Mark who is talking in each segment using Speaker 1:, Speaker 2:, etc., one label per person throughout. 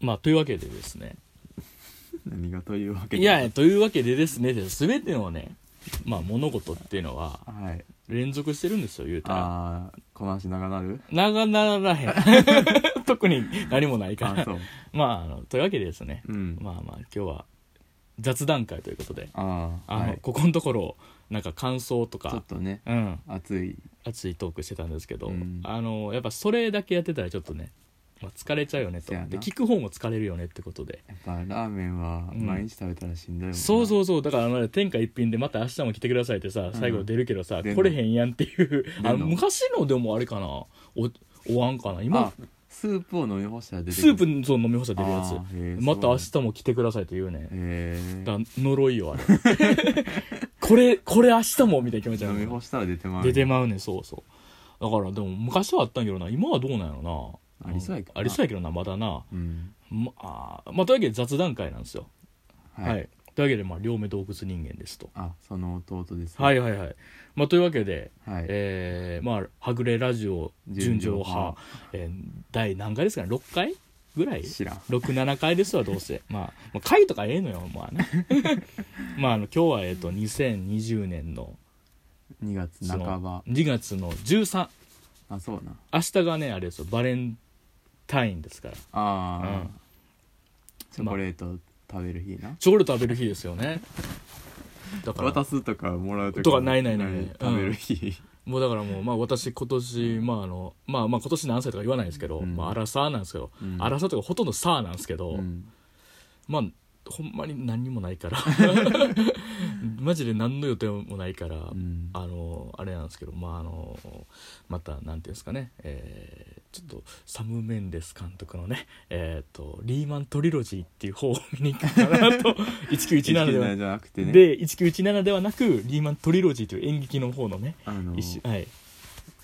Speaker 1: まあというわけでですね
Speaker 2: 何がというわけ
Speaker 1: い
Speaker 2: で
Speaker 1: やというわけでですねで全てのねまあ物事っていうのは
Speaker 2: はい
Speaker 1: 連続してるんですよ言うたら
Speaker 2: ああこの話長な る
Speaker 1: 長ならへん 特に何もないか
Speaker 2: あ
Speaker 1: ら
Speaker 2: そう
Speaker 1: まああのというわけでですね、
Speaker 2: うん
Speaker 1: まあまあ今日は雑談会ということで
Speaker 2: ああ
Speaker 1: あの、
Speaker 2: はい
Speaker 1: ここのところなんか感想と
Speaker 2: ちょ
Speaker 1: か
Speaker 2: っとね
Speaker 1: うん
Speaker 2: 熱い
Speaker 1: 熱いトークしてたんですけど、
Speaker 2: うん
Speaker 1: あのやっぱそれだけやってたらちょっとね、まあ、疲れちゃうよねと
Speaker 2: せやな
Speaker 1: で聞く方も疲れるよねってことで
Speaker 2: やっぱラーメンは
Speaker 1: うん
Speaker 2: 毎日食べたらしんどいもんな
Speaker 1: そうそうそうだからあの天下一品でまた明日も来てくださいってさ最後出るけどさ、
Speaker 2: 出んの
Speaker 1: 来れへんやんっていう
Speaker 2: 出んの
Speaker 1: あの昔のでもあれかなおおわんかな
Speaker 2: あ
Speaker 1: 今
Speaker 2: スープを飲み干したら出て
Speaker 1: スープそう飲み干さ出るや
Speaker 2: あーへ
Speaker 1: つ
Speaker 2: ー
Speaker 1: また明
Speaker 2: そ
Speaker 1: 日も来てくださいって言うね
Speaker 2: へ
Speaker 1: だ呪いよあれ これこれ明日もみたいな気持ち
Speaker 2: え
Speaker 1: な
Speaker 2: 飲
Speaker 1: の
Speaker 2: み干したら出てまう
Speaker 1: 出てまうねそうそうだからでも昔はあったんやけどな今はどうなんやろな
Speaker 2: ありそうやけどなん
Speaker 1: ありそうやけどなまだな
Speaker 2: うん
Speaker 1: まあーまあというわけで雑談会なんですよはい、というわけで、まあ、両目洞窟人間ですと
Speaker 2: あその弟ですね
Speaker 1: はいはいはい、まあ、というわけで、
Speaker 2: はい
Speaker 1: えーまあはぐれラジオ純
Speaker 2: 純
Speaker 1: 情
Speaker 2: 情
Speaker 1: 派
Speaker 2: 派
Speaker 1: えー第何回ですかね6回ぐらい
Speaker 2: 知らん
Speaker 1: 67回ですわどうせまあもう回とかええのよまあね まああの今日はえっ、と2020年の
Speaker 2: 2月
Speaker 1: その
Speaker 2: 半ば
Speaker 1: 2月の13
Speaker 2: あそうな
Speaker 1: 明日がねあれですよバレンタインですから
Speaker 2: ああ、
Speaker 1: うん
Speaker 2: チョコレート食べる日な、
Speaker 1: チョコレート食べる日ですよねだから
Speaker 2: 渡すとかもらうとか
Speaker 1: とかないないないうん
Speaker 2: 食べる日、
Speaker 1: もうだからもうまあ私今年まああのまあまあ今年何歳とか言わないですけど、
Speaker 2: うん
Speaker 1: まあアラサーなんですけど、
Speaker 2: うん
Speaker 1: アラサーとかほとんどサーなんですけど、
Speaker 2: うん
Speaker 1: まあほんまに何にもない からマジで何の予定もないから、
Speaker 2: うん
Speaker 1: あのあれなんですけどまああのまたなんていうんですかね、えーちょっとサム・メンデス監督のねえっ、とリーマントリロジーっていう方を見に行くかな と1917では
Speaker 2: 1917じゃなくてね
Speaker 1: で1917ではなくリーマントリロジーという演劇の方のね
Speaker 2: あの
Speaker 1: 一種はい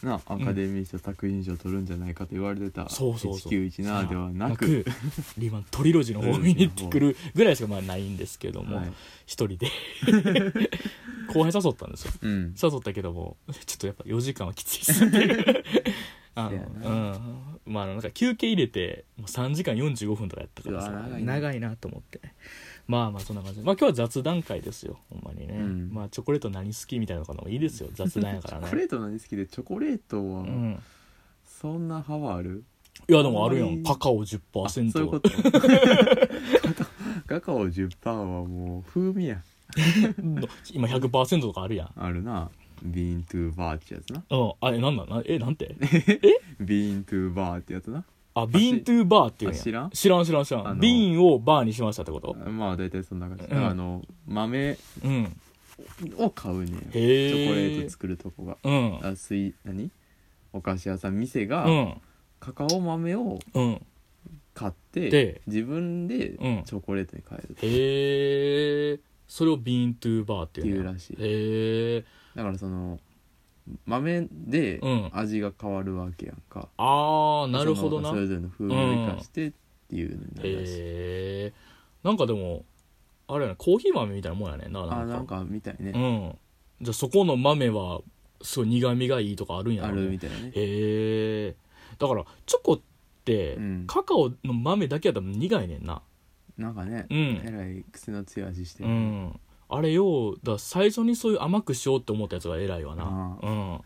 Speaker 2: なアカデミー賞作品賞取るんじゃないかと言われてた、
Speaker 1: そうそうそう
Speaker 2: 1917ではなく
Speaker 1: リーマントリロジーの方を見に行ってくるぐらいしかまあないんですけども
Speaker 2: はい
Speaker 1: 一、人で後輩誘ったんですよ
Speaker 2: うん
Speaker 1: 誘ったけどもちょっとやっぱ4時間はきついっ すっていうあ
Speaker 2: せや
Speaker 1: のうんまああのなんか休憩入れてもう3時間45分とかやったからさ
Speaker 2: うわ長いな
Speaker 1: 長いなと思ってまあまあそんな感じでまあ今日は雑談会ですよほんまにね、
Speaker 2: うん
Speaker 1: まあチョコレート何好きみたいなのとかもいいですよ雑談や
Speaker 2: チ
Speaker 1: から
Speaker 2: ョ
Speaker 1: ね
Speaker 2: コレート何好きでチョコレート
Speaker 1: う
Speaker 2: は
Speaker 1: ん、
Speaker 2: そんな派はある、
Speaker 1: いやでもあるや
Speaker 2: あんま
Speaker 1: ん
Speaker 2: り
Speaker 1: カカオ
Speaker 2: あそういう
Speaker 1: 10%
Speaker 2: ことカカオ10%はもう風味や
Speaker 1: の 今100%とかあるやん
Speaker 2: あるなビーントゥーバーってやつな
Speaker 1: うん、あれなんなんなんえなんて
Speaker 2: ビーントゥーバーってやつな
Speaker 1: あビーントゥーバーっていうんや
Speaker 2: あ知らん
Speaker 1: 知らん知らん知ら
Speaker 2: あ
Speaker 1: ん
Speaker 2: の
Speaker 1: 瓶をバーにしましたってこと
Speaker 2: まあ大体そんな感じ、
Speaker 1: うん
Speaker 2: あの豆
Speaker 1: うん
Speaker 2: を買うねんチ
Speaker 1: へえ
Speaker 2: ョコレート作るとこが
Speaker 1: うん
Speaker 2: あすい何お菓子屋さん店が、
Speaker 1: うん
Speaker 2: カカオ豆を
Speaker 1: うん
Speaker 2: 買って
Speaker 1: で
Speaker 2: 自分でチ
Speaker 1: うん
Speaker 2: ョコレートに変える
Speaker 1: へえそれをビーントゥーバーっていう
Speaker 2: ってい
Speaker 1: ね
Speaker 2: うらしい
Speaker 1: へえ
Speaker 2: だからその豆で
Speaker 1: うん
Speaker 2: 味が変わるわけやんか、
Speaker 1: ああなるほどな
Speaker 2: そのそれ
Speaker 1: へ
Speaker 2: ぞれの風味を生かしてっていうのになるらしい、
Speaker 1: えなんかでもあれやねコーヒー豆みたいなもんやねんななんか
Speaker 2: あなんかみたいね、
Speaker 1: うんじゃあそこの豆はすごい苦みがいいとかあるんや
Speaker 2: あ
Speaker 1: ろうね
Speaker 2: るみたいね
Speaker 1: へえだからチョコって、
Speaker 2: うん
Speaker 1: カカオの豆だけやったら苦いねんな
Speaker 2: なんかね、
Speaker 1: う
Speaker 2: え
Speaker 1: ん、
Speaker 2: らい癖の強い味して
Speaker 1: う
Speaker 2: る、
Speaker 1: ん、あれようだから最初にそういう甘くしようって思ったやつが偉いわな
Speaker 2: あ
Speaker 1: うん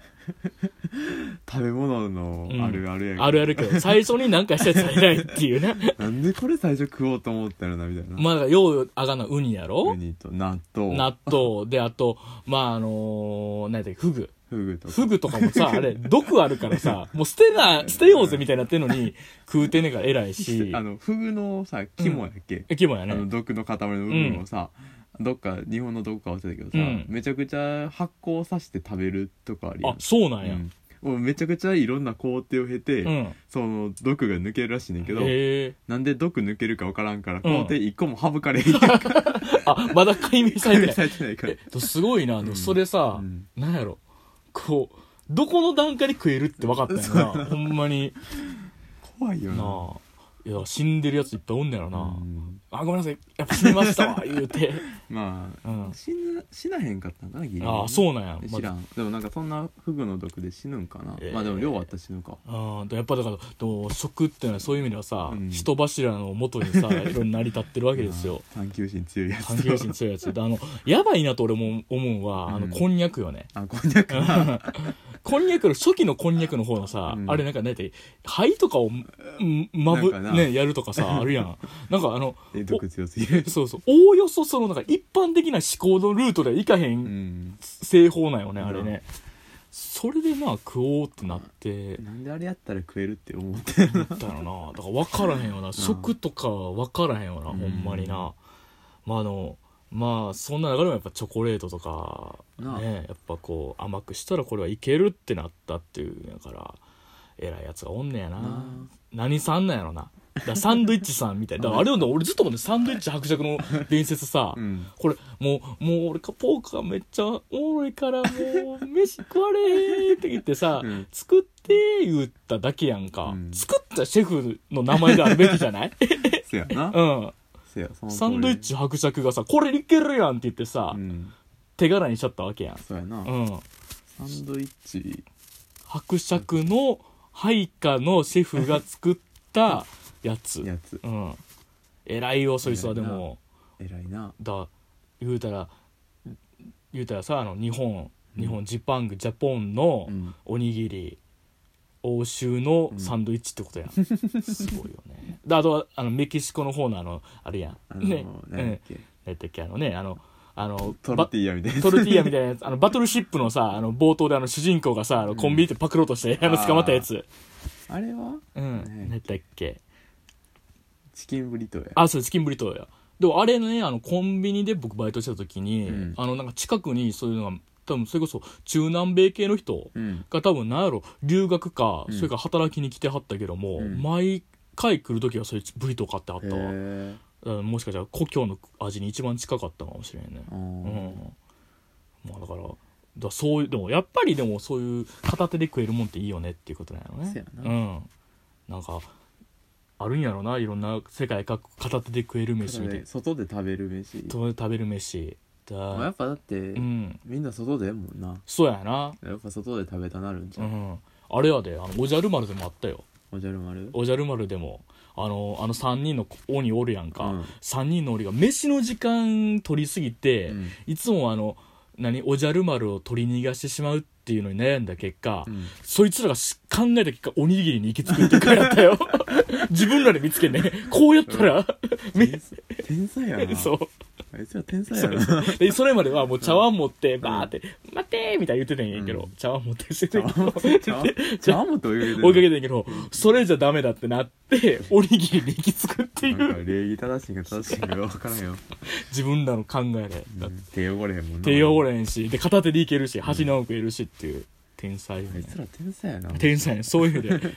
Speaker 2: 食べ物のあるあるやんか
Speaker 1: あるあるけど最初に何かしたやつが偉いっていうね
Speaker 2: なんでこれ最初食おうと思ったのなみたいな、
Speaker 1: まあようあがなウニやろ
Speaker 2: ウニと納豆
Speaker 1: 納豆であとまああのー、何だっけフグ
Speaker 2: フグとか
Speaker 1: フグとかもさあれ毒あるからさもう捨てな捨てようぜみたいになってんのに食うてんねえから偉いし
Speaker 2: あのフグのさ肝やっけ、
Speaker 1: 気分や
Speaker 2: あの
Speaker 1: ね
Speaker 2: 毒の塊の部分をさ、どっか日本のどこか忘れたけどさ、
Speaker 1: うん
Speaker 2: めちゃくちゃ発酵させて食べるとかあるや
Speaker 1: あ
Speaker 2: ん
Speaker 1: そうなんや、
Speaker 2: うんもうめちゃくちゃいろんな工程を経て、
Speaker 1: うん
Speaker 2: その毒が抜けるらしいねんけど、
Speaker 1: へえ
Speaker 2: なんで毒抜けるか分からんか
Speaker 1: う
Speaker 2: ら
Speaker 1: ん
Speaker 2: 工程一個も省かれへんやん か
Speaker 1: あまだ解明されてない
Speaker 2: されてないから
Speaker 1: えっとすごいなでもそれさ、
Speaker 2: うん
Speaker 1: なんやろこうどこの段階で食えるって分かったんやなほんまに
Speaker 2: 怖いよ
Speaker 1: な
Speaker 2: な
Speaker 1: あいや死んでるやついっぱいおんねやろな、
Speaker 2: うん
Speaker 1: あごめんなさいやっぱ死にました わ言うて、
Speaker 2: ま
Speaker 1: う
Speaker 2: あ
Speaker 1: ん、
Speaker 2: 死な死なへんかったんかなギリギリ
Speaker 1: ああそうなんや、ま
Speaker 2: 知らんでもなんかそんなフグの毒で死ぬんかな、
Speaker 1: えー
Speaker 2: まあでも量あったら死ぬか
Speaker 1: うん、やっぱだからと食ってのはそういう意味ではさ、
Speaker 2: うん
Speaker 1: 人柱の元に さいろいろ成り立ってるわけですよ
Speaker 2: まあ探求心強いやつと
Speaker 1: 探求心強いやつであのやばいなと俺も思うんは、あ
Speaker 2: う
Speaker 1: の
Speaker 2: ん
Speaker 1: こんにゃくよね
Speaker 2: あこんにゃくな
Speaker 1: こんにゃくの初期のこんにゃくの方のさ、
Speaker 2: うん
Speaker 1: あれなんか大体灰とかをんまぶ
Speaker 2: なんかな
Speaker 1: ねやるとか さあるやんなんかあの
Speaker 2: え毒強す ぎる
Speaker 1: そうそうおおよそそのなんか一般的な思考のルートではいかへ
Speaker 2: うんん
Speaker 1: 製法なんよね、あれ
Speaker 2: う
Speaker 1: ねそれでまあ食おうってなって
Speaker 2: なんであれやったら食えるって思ってる
Speaker 1: だよなだから分からへんよな食とか分からへんよな、
Speaker 2: うん
Speaker 1: ほんまになまああのまあそんな中でもやっぱチョコレートとか
Speaker 2: なあ
Speaker 1: ねやっぱこう甘くしたらこれはいけるってなったっていうんやから偉いやつがおんねやな
Speaker 2: な
Speaker 1: 何さんなんやろなだからサンドイッチさんみたいなだからあれの俺ずっと思ってサンドイッチ伯爵の伝説さ、
Speaker 2: うん
Speaker 1: これもうもう俺かポークがめっちゃおもろいからもう飯食われへんって言ってさ、
Speaker 2: うん
Speaker 1: 作って言っただけやんか、
Speaker 2: うん
Speaker 1: 作ったシェフの名前であるべきじゃない
Speaker 2: せや な
Speaker 1: うん
Speaker 2: せやその通り
Speaker 1: サンドイッチ伯爵がさこれいけるやんって言ってさ、
Speaker 2: うん
Speaker 1: 手柄にしちゃったわけやん、
Speaker 2: そうやな
Speaker 1: うん、
Speaker 2: サンドイッチ
Speaker 1: 伯爵の配下のシェフが作ったやつ
Speaker 2: やつ
Speaker 1: うん偉いよそいつはでも
Speaker 2: 偉いな
Speaker 1: だ言うたら言うたらさあの日本
Speaker 2: うん
Speaker 1: 日本ジパングジャポンの
Speaker 2: うん
Speaker 1: おにぎり欧州のサンドイッチってことやん、 すごいよねだあとはあのメキシコの方のあのあれやん
Speaker 2: あの
Speaker 1: ね
Speaker 2: 何だっけ、
Speaker 1: えっあのねあのあの
Speaker 2: トロティーヤみたいな
Speaker 1: バトルティーヤみたいなやつあのバトルシップのさあの冒頭であの主人公がさあのコンビニでパクろうとして、あの捕まったやつ
Speaker 2: あれは
Speaker 1: うん
Speaker 2: ね
Speaker 1: 何やったっけ
Speaker 2: チキンブリトーや
Speaker 1: あそうチキンブリトーやでもあれねあのコンビニで僕バイトしてた時に、
Speaker 2: うん
Speaker 1: あのなんか近くにそういうのが多分それこそ中南米系の人
Speaker 2: うん
Speaker 1: が多分なんやろ留学か、
Speaker 2: うん
Speaker 1: それから働きに来てはったけども、
Speaker 2: うん
Speaker 1: 毎回来る時はそういうブリトー買ってはったわ、
Speaker 2: へえ
Speaker 1: うんもしかしたら故郷の味に一番近かったのかもしれんね
Speaker 2: う
Speaker 1: うん
Speaker 2: ん、
Speaker 1: まあだからだからそういうでもやっぱりでもそういう片手で食えるもんっていいよねっていうことなんやろね
Speaker 2: せやな
Speaker 1: うんなんかあるんやろないろんな世界各国片手で食える飯みたいな
Speaker 2: 外で食べる飯
Speaker 1: 外で食べる飯だ、
Speaker 2: まあやっぱだって、
Speaker 1: うん
Speaker 2: みんな外でやもんな
Speaker 1: そうやな
Speaker 2: やっぱ外で食べたなるんじ
Speaker 1: う
Speaker 2: ゃん、
Speaker 1: んあれやであのおじゃる丸でもあったよ
Speaker 2: おじゃる丸
Speaker 1: おじゃる丸でもあのあの3人の鬼おるやんか、
Speaker 2: うん
Speaker 1: 3人の鬼が飯の時間取りすぎて、
Speaker 2: うん
Speaker 1: いつもあの何おじゃる丸を取り逃がしてしまうっていうのに悩んだ結果、
Speaker 2: うん
Speaker 1: そいつらがし考えた結果おにぎりに行き着くって回やった よ自分らで見つけねこうやったら、め
Speaker 2: 天才天才や な
Speaker 1: そう
Speaker 2: あいつら天才や
Speaker 1: そう
Speaker 2: な
Speaker 1: そうでそれまではもう茶碗持ってバーって「待て!」みたいに言ってたんやけど、
Speaker 2: うん
Speaker 1: 茶碗持ってしてたんやけど
Speaker 2: 茶碗茶碗もと追
Speaker 1: 追い
Speaker 2: い
Speaker 1: かけ
Speaker 2: か
Speaker 1: てんけど、それじゃダメだってなって、おにぎりに行き着くってい
Speaker 2: けてなんか
Speaker 1: う、
Speaker 2: 礼儀正しいんか正しいんか分からんよ、
Speaker 1: 自分らの考えで。
Speaker 2: うん手汚れへんもんな
Speaker 1: 手汚れへんし、で、片手でいけるし、端の奥いるしっていう、天才よ
Speaker 2: あい
Speaker 1: ね。
Speaker 2: つら天才やな
Speaker 1: 天才、そういう意味で。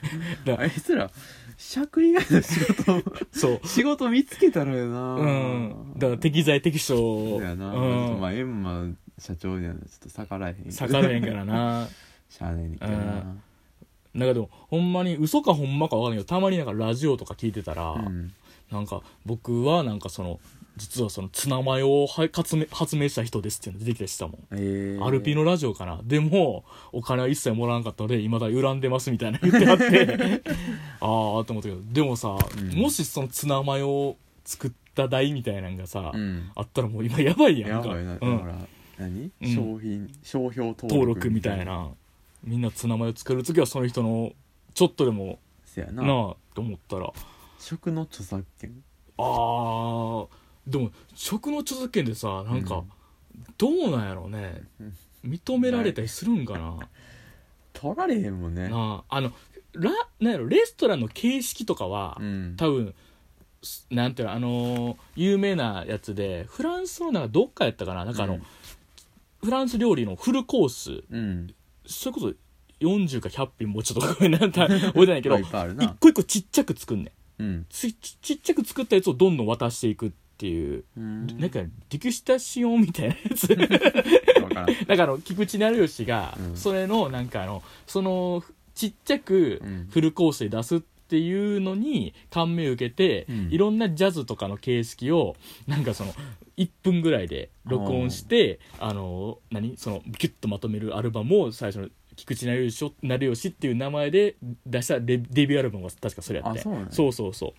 Speaker 1: だ
Speaker 2: あいつら尺以外の仕 事を
Speaker 1: そう。
Speaker 2: 仕事見つけたらよな
Speaker 1: うん。だから適材適所
Speaker 2: そうやな、ま
Speaker 1: う
Speaker 2: あエンマ社長にはちょっと逆らえへんけ
Speaker 1: ん。
Speaker 2: ど
Speaker 1: 逆らえへんから な。
Speaker 2: しゃあないねんけどな
Speaker 1: なんかでも、ほんまに、嘘かほんまかわかんないけど、たまになんかラジオとか聞いてたら、
Speaker 2: うん
Speaker 1: なんか僕はなんかその、実はそのツナマヨを発明発明した人ですっていうの出てきたりしたもん。
Speaker 2: えー
Speaker 1: アルピーのラジオかなでもお金は一切もらわなかったのでいまだ恨んでますみたいな言ってあってああ と思ったけどでもさ、
Speaker 2: うん
Speaker 1: もしそのツナマヨを作った代みたいなのがさ、
Speaker 2: うん
Speaker 1: あったらもう今やばいや
Speaker 2: や
Speaker 1: んか
Speaker 2: ばいなだか
Speaker 1: う
Speaker 2: ら、
Speaker 1: ん、
Speaker 2: 何、
Speaker 1: うん
Speaker 2: 商品商標登録
Speaker 1: 登録みたいなみんなツナマヨ作る時はその人のちょっとでも
Speaker 2: せや
Speaker 1: な
Speaker 2: な
Speaker 1: あと思ったら
Speaker 2: 食の著作権
Speaker 1: あーでも食の著作権でさなん
Speaker 2: う
Speaker 1: か
Speaker 2: ん
Speaker 1: どうなんやろうね
Speaker 2: うん
Speaker 1: 認められたりするんかな
Speaker 2: 取られへんもんね
Speaker 1: なああのラなんやろレストランの形式とかは、
Speaker 2: うん
Speaker 1: 多分すなんていうのあのー有名なやつでフランスのなんかどっかやったかななんかあの、
Speaker 2: うん
Speaker 1: フランス料理のフルコース
Speaker 2: うん
Speaker 1: それこそ40か100品もうちょっとごめんなんて覚えてないけ
Speaker 2: まあ
Speaker 1: ど
Speaker 2: いっぱいある
Speaker 1: 一
Speaker 2: な
Speaker 1: 個一個ちっちゃく作んねん
Speaker 2: うん
Speaker 1: つちちっちゃく作ったやつをどんどん渡していくっていう、
Speaker 2: うん
Speaker 1: なんかディクシタシオンみたいなやつ
Speaker 2: わからん
Speaker 1: だからあの菊池成吉が
Speaker 2: うん
Speaker 1: それのなんかあのそのちっちゃく
Speaker 2: うん
Speaker 1: フルコースで出すっっていうのに感銘を受けて、
Speaker 2: うん
Speaker 1: いろんなジャズとかの形式をなんかその1分ぐらいで録音してあの何そのギュッとまとめるアルバムを最初の菊池成吉成吉っていう名前で出したレデビューアルバムが確かそれやって
Speaker 2: あそうなんや
Speaker 1: そうそうそ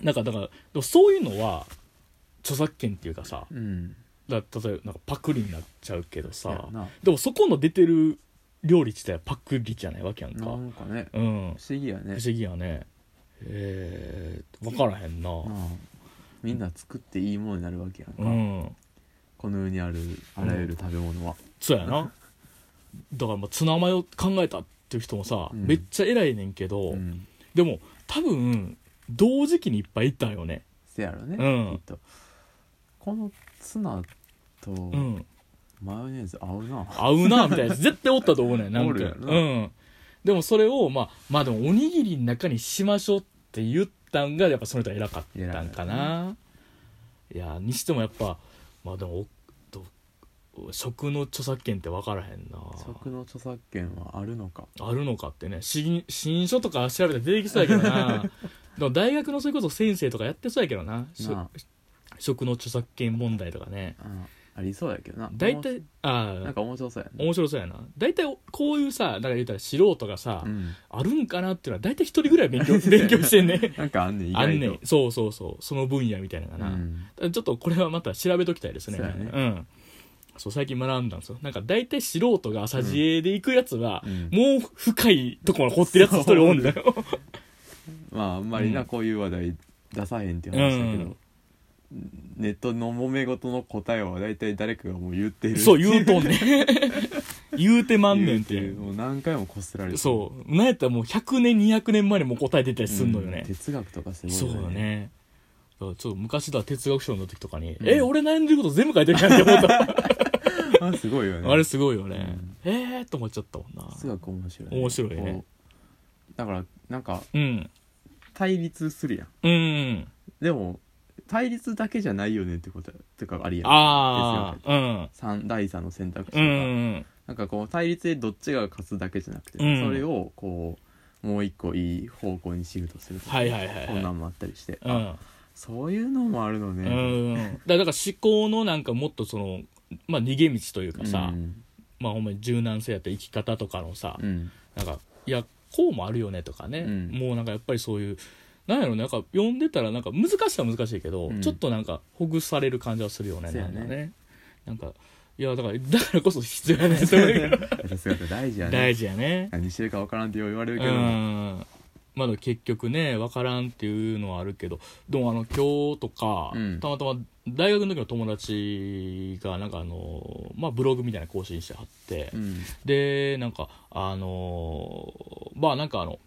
Speaker 1: うなんかだからでもそういうのは著作権っていうかさ
Speaker 2: うん
Speaker 1: だ例えばなんかパクリになっちゃうけどさ
Speaker 2: やな
Speaker 1: でもそこの出てる料理自体はパクリじゃないわけやんか
Speaker 2: なんかね
Speaker 1: うん不思
Speaker 2: 不思議やね
Speaker 1: 議やねえー、分からへんな
Speaker 2: うんみんな作っていいものになるわけやんか、
Speaker 1: うん
Speaker 2: この世にあるあらゆる食べ物は、
Speaker 1: そうやなだからまあツナマヨ考えたっていう人もさ、
Speaker 2: うん
Speaker 1: めっちゃ偉いねんけど、
Speaker 2: うん
Speaker 1: でも多分同時期にいっぱいいたよね
Speaker 2: せやろね、
Speaker 1: うん
Speaker 2: きっとこのツナと
Speaker 1: うん
Speaker 2: マヨネーズ合うな、
Speaker 1: 合うなみたいなやつ絶対おったと思うねんなん
Speaker 2: お
Speaker 1: か
Speaker 2: るやろな
Speaker 1: うんでもそれをまあまあでもおにぎりの中にしましょうって言ったんがやっぱその人は偉かったんかな、いやにしてもやっぱまあでもおど食の著作権って分からへんな
Speaker 2: 食の著作権はあるのか
Speaker 1: あるのかってね新新書とか調べたら出てきそうやけど なでも大学のそれこそ先生とかやってそうやけどなしょ
Speaker 2: な
Speaker 1: 食の著作権問題とかね
Speaker 2: あうんありそうやけどな
Speaker 1: 大体あ
Speaker 2: なん
Speaker 1: あ
Speaker 2: か面白そうやね
Speaker 1: 面白そうやな大体こういうさだから言ったら素人がさ、
Speaker 2: うん、
Speaker 1: あるんかなっていうのは大体一人ぐらい 勉強勉強してんね
Speaker 2: なんかあんねん意
Speaker 1: あ
Speaker 2: 外
Speaker 1: んね
Speaker 2: と
Speaker 1: んそうそうそうその分野みたいなのがな、
Speaker 2: うん
Speaker 1: ちょっとこれはまた調べときたいですね。
Speaker 2: そうやね
Speaker 1: ん。そう、最近学んだんですよ。なんか大体素人が朝自営で行くやつは、
Speaker 2: うん
Speaker 1: もう深いところまで掘ってるやつ一人おんだよ。
Speaker 2: まああんまりな、
Speaker 1: うん
Speaker 2: こういう話題出さへんっていう話だけど、ネットの揉め事の答えは大体誰かがもう言って る
Speaker 1: そう、言うとん ねん。言うてまんねんっ
Speaker 2: 言う
Speaker 1: て。
Speaker 2: もう何回もこすられて
Speaker 1: そう。なんやったらもう100年、200年前にもう答え出たり
Speaker 2: う
Speaker 1: すんのよね。
Speaker 2: 哲学とかすごい
Speaker 1: そうだね。だからちょっと昔だ哲学賞の時とかに、
Speaker 2: うん
Speaker 1: え、俺悩んでること全部書いてるやんって思 った。
Speaker 2: あすごいよね
Speaker 1: あれすごいよね。えーと思っちゃったもんな。
Speaker 2: 哲学面白い、
Speaker 1: 面白いね
Speaker 2: こうだからなんか
Speaker 1: うん。
Speaker 2: 対立するやん
Speaker 1: うん。
Speaker 2: でも対立だけじゃないよねってこととかありやん
Speaker 1: あ
Speaker 2: 哲学
Speaker 1: あ、うん。
Speaker 2: 三第三の選択肢
Speaker 1: う
Speaker 2: とか、
Speaker 1: ん
Speaker 2: なんかこう対立でどっちが勝つだけじゃなくて、
Speaker 1: うん
Speaker 2: それをこうもう一個いい方向にシフトするとか、
Speaker 1: はいはいはい
Speaker 2: こんなんもあったりして、
Speaker 1: う
Speaker 2: あ
Speaker 1: ん
Speaker 2: そういうのもあるの
Speaker 1: う
Speaker 2: ね、
Speaker 1: んだからだから思考のなんかもっとそのまあ逃げ道というかさ、
Speaker 2: うん
Speaker 1: まあほんまに柔軟性やったり生き方とかのさ、
Speaker 2: うん
Speaker 1: なんかいやこうもあるよねとかね、
Speaker 2: うん
Speaker 1: もうなんかやっぱりそういうなんやろねなんか読んでたらなんか難しさは難しいけど、
Speaker 2: うん
Speaker 1: ちょっとなんかほぐされる感じはするよね
Speaker 2: そ
Speaker 1: な
Speaker 2: うや
Speaker 1: ん
Speaker 2: ね
Speaker 1: かねなんかいやだからだからこそ必要やねそういう
Speaker 2: 哲学大事やね
Speaker 1: 大事やね
Speaker 2: 何してるか分からんってよう言われるけ
Speaker 1: う
Speaker 2: ど、
Speaker 1: んまだ結局ね分からんっていうのはあるけどでもあの今日とか、
Speaker 2: うん
Speaker 1: たまたま大学の時の友達がなんかあの、まあ、ブログみたいなの更新してはって、
Speaker 2: うん
Speaker 1: でなんかあのまあなんかあの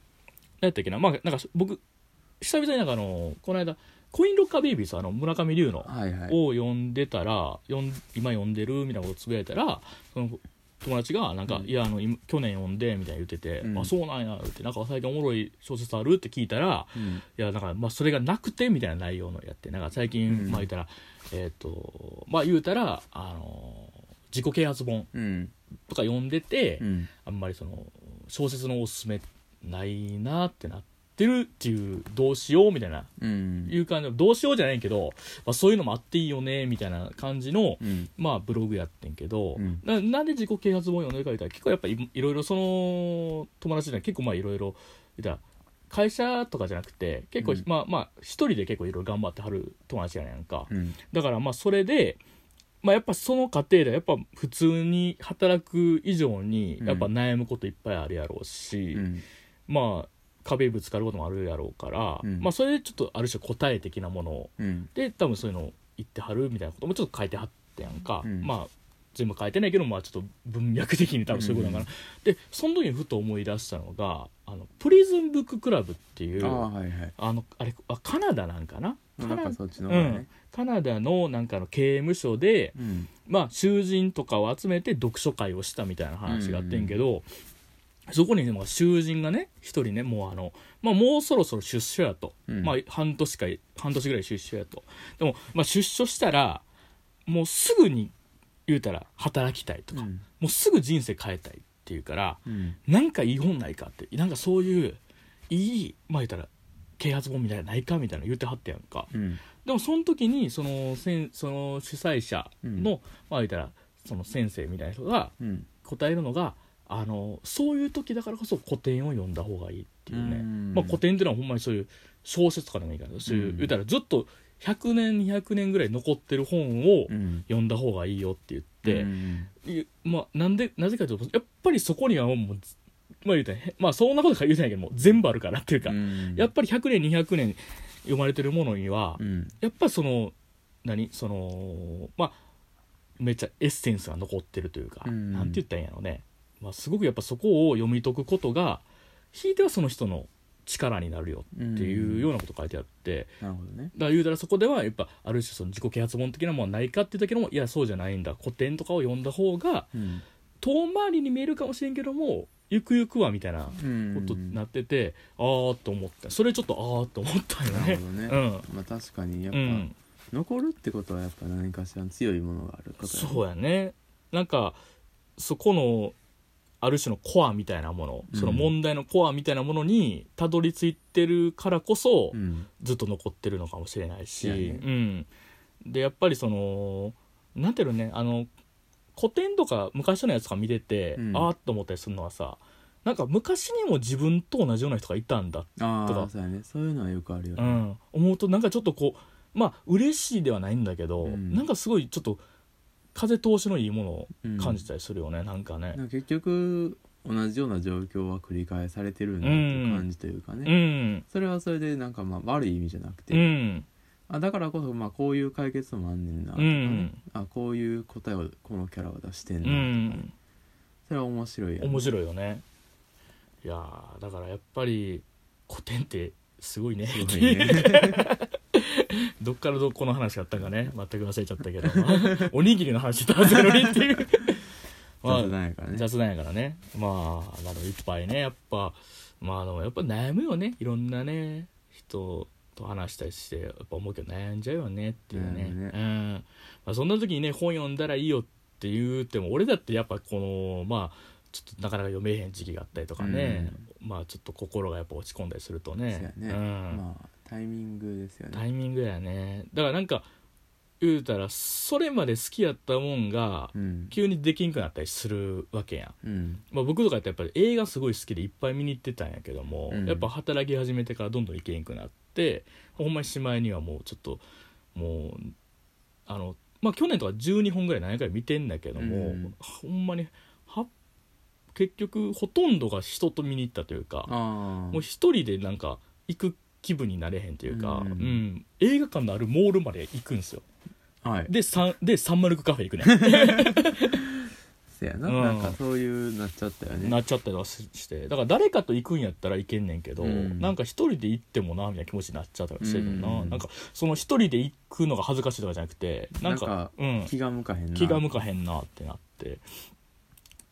Speaker 1: 何やったっけな,、まあ、なんか僕久々になんかあのこの間「コインロッカーベイビーズ」あの村上龍の
Speaker 2: はいはい
Speaker 1: を読んでたら読ん今読んでるみたいなことつぶやいたらその友達がなんか「
Speaker 2: うん
Speaker 1: いやあの今去年読んで」みたいな言ってて「
Speaker 2: うん
Speaker 1: あそうなんや」って「なんか最近おもろい小説ある?」って聞いたら「
Speaker 2: うん
Speaker 1: いやだからまあそれがなくて」みたいな内容のやってなんか最近、
Speaker 2: うん
Speaker 1: まあ言ったらえっ、とまあ言うたらあの自己啓発本
Speaker 2: うん
Speaker 1: とか読んでて、
Speaker 2: うん
Speaker 1: あんまりその小説のおすすめないなってなってるっていうどうしようみたいな
Speaker 2: うん
Speaker 1: いう感じのどうしようじゃないけど、まあ、そういうのもあっていいよねみたいな感じの、
Speaker 2: うん
Speaker 1: まあ、ブログやってんけど、
Speaker 2: うん
Speaker 1: ななんで自己啓発本読んでるか言ったら結構やっぱいいろいろその友達には結構まあいろいろ言ったら会社とかじゃなくて結構、
Speaker 2: うん
Speaker 1: まあまあ一人で結構いろいろ頑張ってはる友達やねんか、
Speaker 2: うん
Speaker 1: だからまあそれで、まあ、やっぱその過程でやっぱ普通に働く以上に
Speaker 2: うん
Speaker 1: やっぱ悩むこといっぱいあるやろうし、
Speaker 2: うん
Speaker 1: まあ壁ぶつかることもあるやろうから、
Speaker 2: うん
Speaker 1: まあそれでちょっとある種答え的なものを
Speaker 2: うん
Speaker 1: で多分そういうのを言ってはるみたいなこともちょっと書いてはってやんか、
Speaker 2: うん
Speaker 1: まあ全部書いてないけどまあちょっと文脈的に多分そういうことなのかな、でその時にふと思い出したのがあのプリズンブッククラブっていう
Speaker 2: ああ
Speaker 1: あ
Speaker 2: はいはい
Speaker 1: のあれあカナダなんかなカ
Speaker 2: なん
Speaker 1: ナ
Speaker 2: かそっちの方
Speaker 1: う
Speaker 2: が
Speaker 1: ん
Speaker 2: ね、
Speaker 1: カナダのなんかの刑務所で、
Speaker 2: うん
Speaker 1: まあ、囚人とかを集めて読書会をしたみたいな話があってんけど、そこにでも囚人がね一人ねもうあの、まあ、もうそろそろ出所やと、
Speaker 2: うん
Speaker 1: まあ、半年か半年ぐらい出所やとでも、まあ、出所したらもうすぐに言うたら働きたいとか、
Speaker 2: うん
Speaker 1: もうすぐ人生変えたいっていうから
Speaker 2: うん
Speaker 1: なんかいい本ないかってなんかそういういいまあ言ったら啓発本みたいなのないかみたいなの言ってはったやんか
Speaker 2: うん
Speaker 1: でもその時にそのせんその主催者の、
Speaker 2: うん
Speaker 1: まあ言ったらその先生みたいな人が
Speaker 2: うん
Speaker 1: 答えるのがあのそういう時だからこそ古典を読んだ方がいいっていうね、
Speaker 2: うん
Speaker 1: まあ、古典っていうのはほんまにそういう小説とかでもいいからそういう、
Speaker 2: うん
Speaker 1: 言うたらずっと100年200年ぐらい残ってる本を
Speaker 2: うん
Speaker 1: 読んだ方がいいよって言って、
Speaker 2: うん
Speaker 1: いまあ、なんでなぜかというとやっぱりそこにはもう、まあ言うたらへまあ、そんなことから言うてないけども全部あるからっていうか、
Speaker 2: うん
Speaker 1: やっぱり100年200年読まれてるものには、
Speaker 2: うん
Speaker 1: やっぱりその何そのまあめっちゃエッセンスが残ってるというか、
Speaker 2: うん
Speaker 1: なんて言ったらいいんやろうね、まあ、すごくやっぱそこを読み解くことがひいてはその人の力になるよっていうようなこと書いてあって、
Speaker 2: なるほどね
Speaker 1: だから言うたらそこではやっぱある種その自己啓発本的なものはないかって言ったけどもいやそうじゃないんだ古典とかを読んだ方が
Speaker 2: うん
Speaker 1: 遠回りに見えるかもしれんけどもゆくゆくはみたいな
Speaker 2: うん
Speaker 1: ことになってて、ああと思ったそれちょっとああと思ったよ
Speaker 2: なる
Speaker 1: ね
Speaker 2: ほど。
Speaker 1: う
Speaker 2: ね
Speaker 1: ん
Speaker 2: まあ確かにや
Speaker 1: う
Speaker 2: っぱ
Speaker 1: ん
Speaker 2: 残るってことはやっぱ何かしらの強いものがあることやね
Speaker 1: そうやねなんかそこのある種のコアみたいなもの、
Speaker 2: うん
Speaker 1: その問題のコアみたいなものにたどり着いてるからこそ、
Speaker 2: うん
Speaker 1: ずっと残ってるのかもしれないし、
Speaker 2: いやね
Speaker 1: うん、でやっぱりそのなんていうのねあの古典とか昔のやつとか見てて、
Speaker 2: うん
Speaker 1: あーっと思ったりするのはさなんか昔にも自分と同じような人がいたんだと
Speaker 2: あ
Speaker 1: か
Speaker 2: あそうやねそういうのはよくあるよ
Speaker 1: う
Speaker 2: ね
Speaker 1: ん、思うとなんかちょっとこうまあ嬉しいではないんだけど、
Speaker 2: うん
Speaker 1: なんかすごいちょっと風通しのいいものを
Speaker 2: うん
Speaker 1: 感じたりするよね、なんかね
Speaker 2: なんか結局同じような状況は繰り返されてるんだっていう感じというかね、
Speaker 1: うん
Speaker 2: それはそれでなんかまあ悪い意味じゃなくて、
Speaker 1: うん
Speaker 2: あだからこそまあこういう解決もあんねんな
Speaker 1: う
Speaker 2: とかね、
Speaker 1: ん
Speaker 2: あこういう答えをこのキャラは出してんな
Speaker 1: う
Speaker 2: とかね、
Speaker 1: ん
Speaker 2: それは面白いやん
Speaker 1: 面白いよねいやーだからやっぱり古典ってすごいね
Speaker 2: すごいね
Speaker 1: どっからどこの話だったかね全く忘れちゃったけどおにぎりの話だったのにって いうまあ
Speaker 2: 雑談やからね
Speaker 1: 雑談やからねまあなどいっぱいねやっぱまあでもやっぱ悩むよねいろんなね人と話したりしてやっぱ思うけど悩んじゃうよねっていうね
Speaker 2: 悩むね
Speaker 1: うんまあ、そんな時にね本読んだらいいよって言っても俺だってやっぱこのまあちょっとなかなか読めへん時期があったりとかね、まあちょっと心がやっぱ落ち込んだりすると
Speaker 2: そうや
Speaker 1: ね
Speaker 2: ね、
Speaker 1: うん
Speaker 2: まあタイミングですよね
Speaker 1: タイミングやねだからなんか言うたらそれまで好きやったもんが
Speaker 2: うん
Speaker 1: 急にできんくなったりするわけやん
Speaker 2: うん
Speaker 1: まあ、僕とかってやっぱり映画すごい好きでいっぱい見に行ってたんやけども、
Speaker 2: うん
Speaker 1: やっぱ働き始めてからどんどん行けんくなってほんまにしまいにはもうちょっともうあの、まあ、去年とか12本ぐらい何回か見てんだけども、
Speaker 2: うん
Speaker 1: ほんまには結局ほとんどが人と見に行ったというか
Speaker 2: ああ
Speaker 1: もう一人でなんか行く気分になれへんというか、
Speaker 2: うん
Speaker 1: うん映画館のあるモールまで行くんですよ
Speaker 2: はい
Speaker 1: でさんでサンマルクカフェ行くね
Speaker 2: せやな、
Speaker 1: うん
Speaker 2: なんかそういうなっちゃったよね
Speaker 1: なっちゃったりはししてだから誰かと行くんやったらいけんねんけど、
Speaker 2: うん
Speaker 1: なんか一人で行ってもなみたいな気持ちになっちゃったりしてるな、
Speaker 2: うん
Speaker 1: なんかその一人で行くのが恥ずかしいとかじゃなくてなんか
Speaker 2: なんか
Speaker 1: うん、
Speaker 2: 気が向かへんな
Speaker 1: 気が向かへんなってなって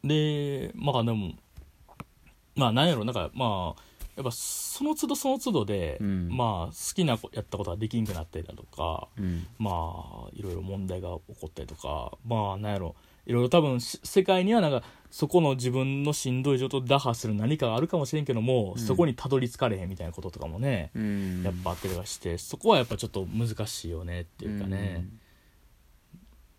Speaker 1: でまあでもまあなんやろなんかまあやっぱその都度その都度で、
Speaker 2: うん
Speaker 1: まあ好きなこやったことができんくなったりだとか
Speaker 2: うん
Speaker 1: まあいろいろ問題が起こったりとかまあなんやろいろいろ多分し世界にはなんかそこの自分のしんどい状況を打破する何かがあるかもしれんけども、
Speaker 2: うん
Speaker 1: そこにたどり着かれへんみたいなこととかもね、
Speaker 2: うん
Speaker 1: やっぱあったりはしてそこはやっぱちょっと難しいよねっていうかね、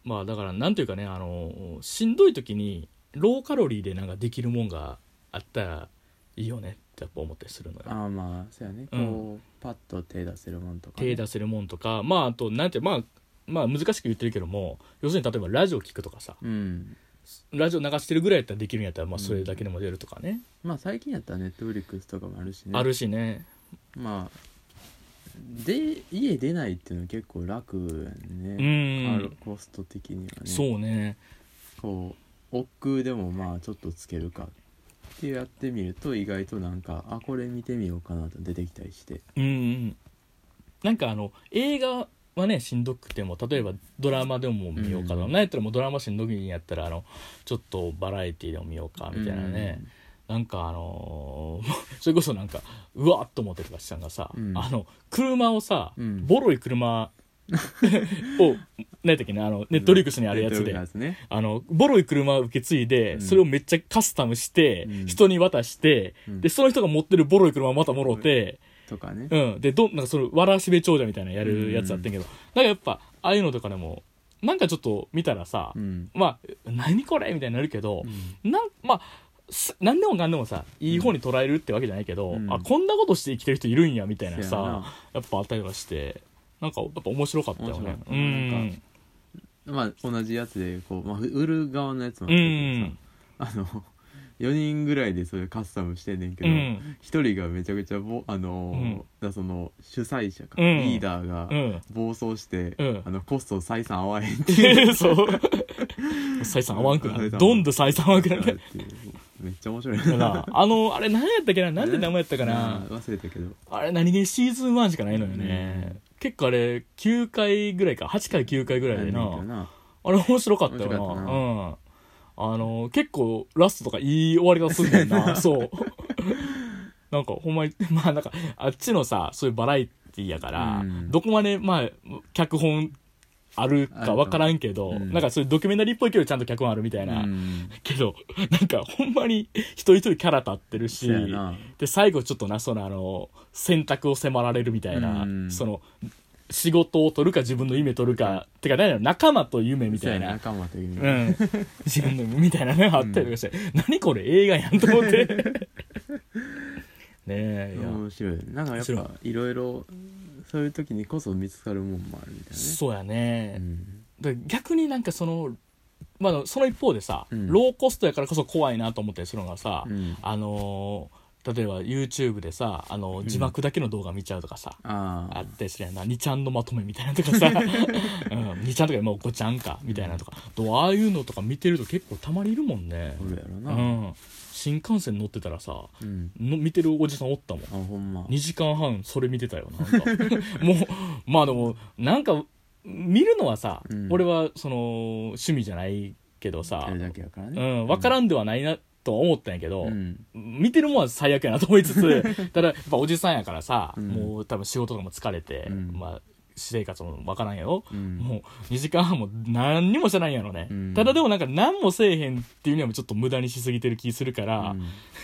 Speaker 1: まあだからなんていうかねあのしんどい時にローカロリーでなんかできるもんがあったらいいよねってやっぱ思ったりするのよ
Speaker 2: うん。ああまあそうやねこ
Speaker 1: う
Speaker 2: う、
Speaker 1: ん
Speaker 2: パッと手出せるもんとかね、
Speaker 1: 手出せるもんとかまああとなんてまあまあ難しく言ってるけども要するに例えばラジオ聞くとかさ
Speaker 2: うん
Speaker 1: ラジオ流してるぐらいやったらできるんやったらまあそれだけでも出るとかね、
Speaker 2: まあ最近やったらネットフリックスとかもあるしね
Speaker 1: あるしね
Speaker 2: まあで家出ないっていうのは結構楽や
Speaker 1: う
Speaker 2: ね、ある
Speaker 1: ん
Speaker 2: コスト的にはね
Speaker 1: そうね
Speaker 2: こう億劫でもまあちょっとつけるかってやってみると意外となんかあこれ見てみようかなと出てきたりして
Speaker 1: うんうんなんかあの映画はねしんどくても例えばドラマでも見ようかな、
Speaker 2: うん
Speaker 1: なんやったらもうドラマしんどいんやったらあのちょっとバラエティでも見ようかみたいなね、なんかあのー それこそなんかうわっと思ってるかしたんがさ、
Speaker 2: うん
Speaker 1: あの車をさ、
Speaker 2: うん
Speaker 1: ボロい車を 何やったっけねあのネットリックスにあるやつ
Speaker 2: ネットフリックス
Speaker 1: で
Speaker 2: のやつね
Speaker 1: あのボロい車を受け継いで、
Speaker 2: うん
Speaker 1: それをめっちゃカスタムして、
Speaker 2: うん
Speaker 1: 人に渡して、
Speaker 2: うん
Speaker 1: でその人が持ってるボロい車をまたもろて、
Speaker 2: とかね
Speaker 1: うんでどんなんかそのわらしべ長者みたいなのやるやつだったんやけど、なんかやっぱああいうのとかでもなんかちょっと見たらさ、
Speaker 2: うん
Speaker 1: まあ何これみたいになるけど、
Speaker 2: うん
Speaker 1: なんまあす何でもかんでもさいい方に捉えるってわけじゃないけど、
Speaker 2: うん
Speaker 1: あこんなことして生きてる人いるんやみたいな
Speaker 2: そ
Speaker 1: さ
Speaker 2: や
Speaker 1: や
Speaker 2: な
Speaker 1: っぱあったりはしてなんかやっぱ面白かったよ
Speaker 2: 面白
Speaker 1: ね
Speaker 2: かった
Speaker 1: う
Speaker 2: なん
Speaker 1: ん
Speaker 2: まあ同じやつでこう、まあ、売る側のやつもあ
Speaker 1: う
Speaker 2: ったけど
Speaker 1: ん
Speaker 2: さあの4人ぐらいでそれカスタムしてんねんけ
Speaker 1: う
Speaker 2: ど、
Speaker 1: ん
Speaker 2: 一人がめちゃくちゃぼあのー
Speaker 1: うん
Speaker 2: だその主催者か、
Speaker 1: うん
Speaker 2: リーダーが
Speaker 1: うん
Speaker 2: 暴走して、
Speaker 1: うん
Speaker 2: あのコスト採算合わへんって
Speaker 1: うん そう採算合わんくな
Speaker 2: 採
Speaker 1: る
Speaker 2: 算
Speaker 1: どんどん採算合わんくな
Speaker 2: ってい
Speaker 1: る
Speaker 2: うめっちゃ面白い
Speaker 1: なあのあれ何やったっけななんて名前やったか
Speaker 2: う
Speaker 1: なん
Speaker 2: 忘れたけど
Speaker 1: あれ何気にシーズン1しかないのよね結構あれ9回ぐらいか8回9回ぐらいで
Speaker 2: 何人
Speaker 1: な
Speaker 2: かな
Speaker 1: あれ面白かったよな
Speaker 2: 面白かったな
Speaker 1: うんあの結構ラストとかいい終わり方すんねん なそう なんかほんまにまあなんかあっちのさそういうバラエティやから、
Speaker 2: うん
Speaker 1: どこまでまあ脚本あるか分からんけど、
Speaker 2: あるかもうん
Speaker 1: なんかそういうドキュメンタリーっぽいけどちゃんと脚本あるみたいな、
Speaker 2: うん
Speaker 1: けどなんかほんまに一人一人キャラ立ってるし
Speaker 2: そうやな
Speaker 1: で最後ちょっとなそのあの選択を迫られるみたいな、
Speaker 2: うん
Speaker 1: その仕事を取るか自分の夢取るか、てか何やろ仲間と夢みたい
Speaker 2: そうや
Speaker 1: な。
Speaker 2: 仲間という意味
Speaker 1: う
Speaker 2: で
Speaker 1: ん、自分の夢みたいなねあったりとかして、何これ映画やんと思ってね えいや、
Speaker 2: 面白いなんかやっ
Speaker 1: 面
Speaker 2: ぱいろいろそういう時にこそ見つかるもんもあるみたいなね
Speaker 1: そうやね
Speaker 2: う、ん
Speaker 1: だから逆になんかその、まあ、その一方でさ、
Speaker 2: うん
Speaker 1: ローコストやからこそ怖いなと思ったりするのがさ、
Speaker 2: うん
Speaker 1: あのー例えば YouTube でさ、あのー字幕だけの動画見ちゃうとかさ、
Speaker 2: あ
Speaker 1: あ
Speaker 2: あ
Speaker 1: ったりするやんな2ちゃんのまとめみたいなのと かさ、うん、2ちゃんとかもう5ちゃんかみたいなとか、どうああいうのとか見てると結構たまにいるもんね、
Speaker 2: おるやろ
Speaker 1: う
Speaker 2: な、
Speaker 1: ん、新幹線乗ってたらさの
Speaker 2: うん
Speaker 1: 見てるおじさんおったもん
Speaker 2: あほんま
Speaker 1: 2時間半それ見てたよなんか もうまあでもなんか見るのはさ、
Speaker 2: うん
Speaker 1: 俺はその趣味じゃないけどさ
Speaker 2: あ、れだけやから
Speaker 1: う
Speaker 2: ね
Speaker 1: ん、分からんではないなとは思ったんやけど、
Speaker 2: うん
Speaker 1: 見てるもんは最悪やなと思いつ つただやっぱおじさんやからさ、
Speaker 2: うん
Speaker 1: もう多分仕事とかも疲れて、
Speaker 2: うん
Speaker 1: まあ私生活も分からんやろ、
Speaker 2: うん
Speaker 1: もう2時間半も何にもしてないんやろね、
Speaker 2: うん
Speaker 1: ただでもなんか何もせえへんっていうにはちょっと無駄にしすぎてる気するから、
Speaker 2: うん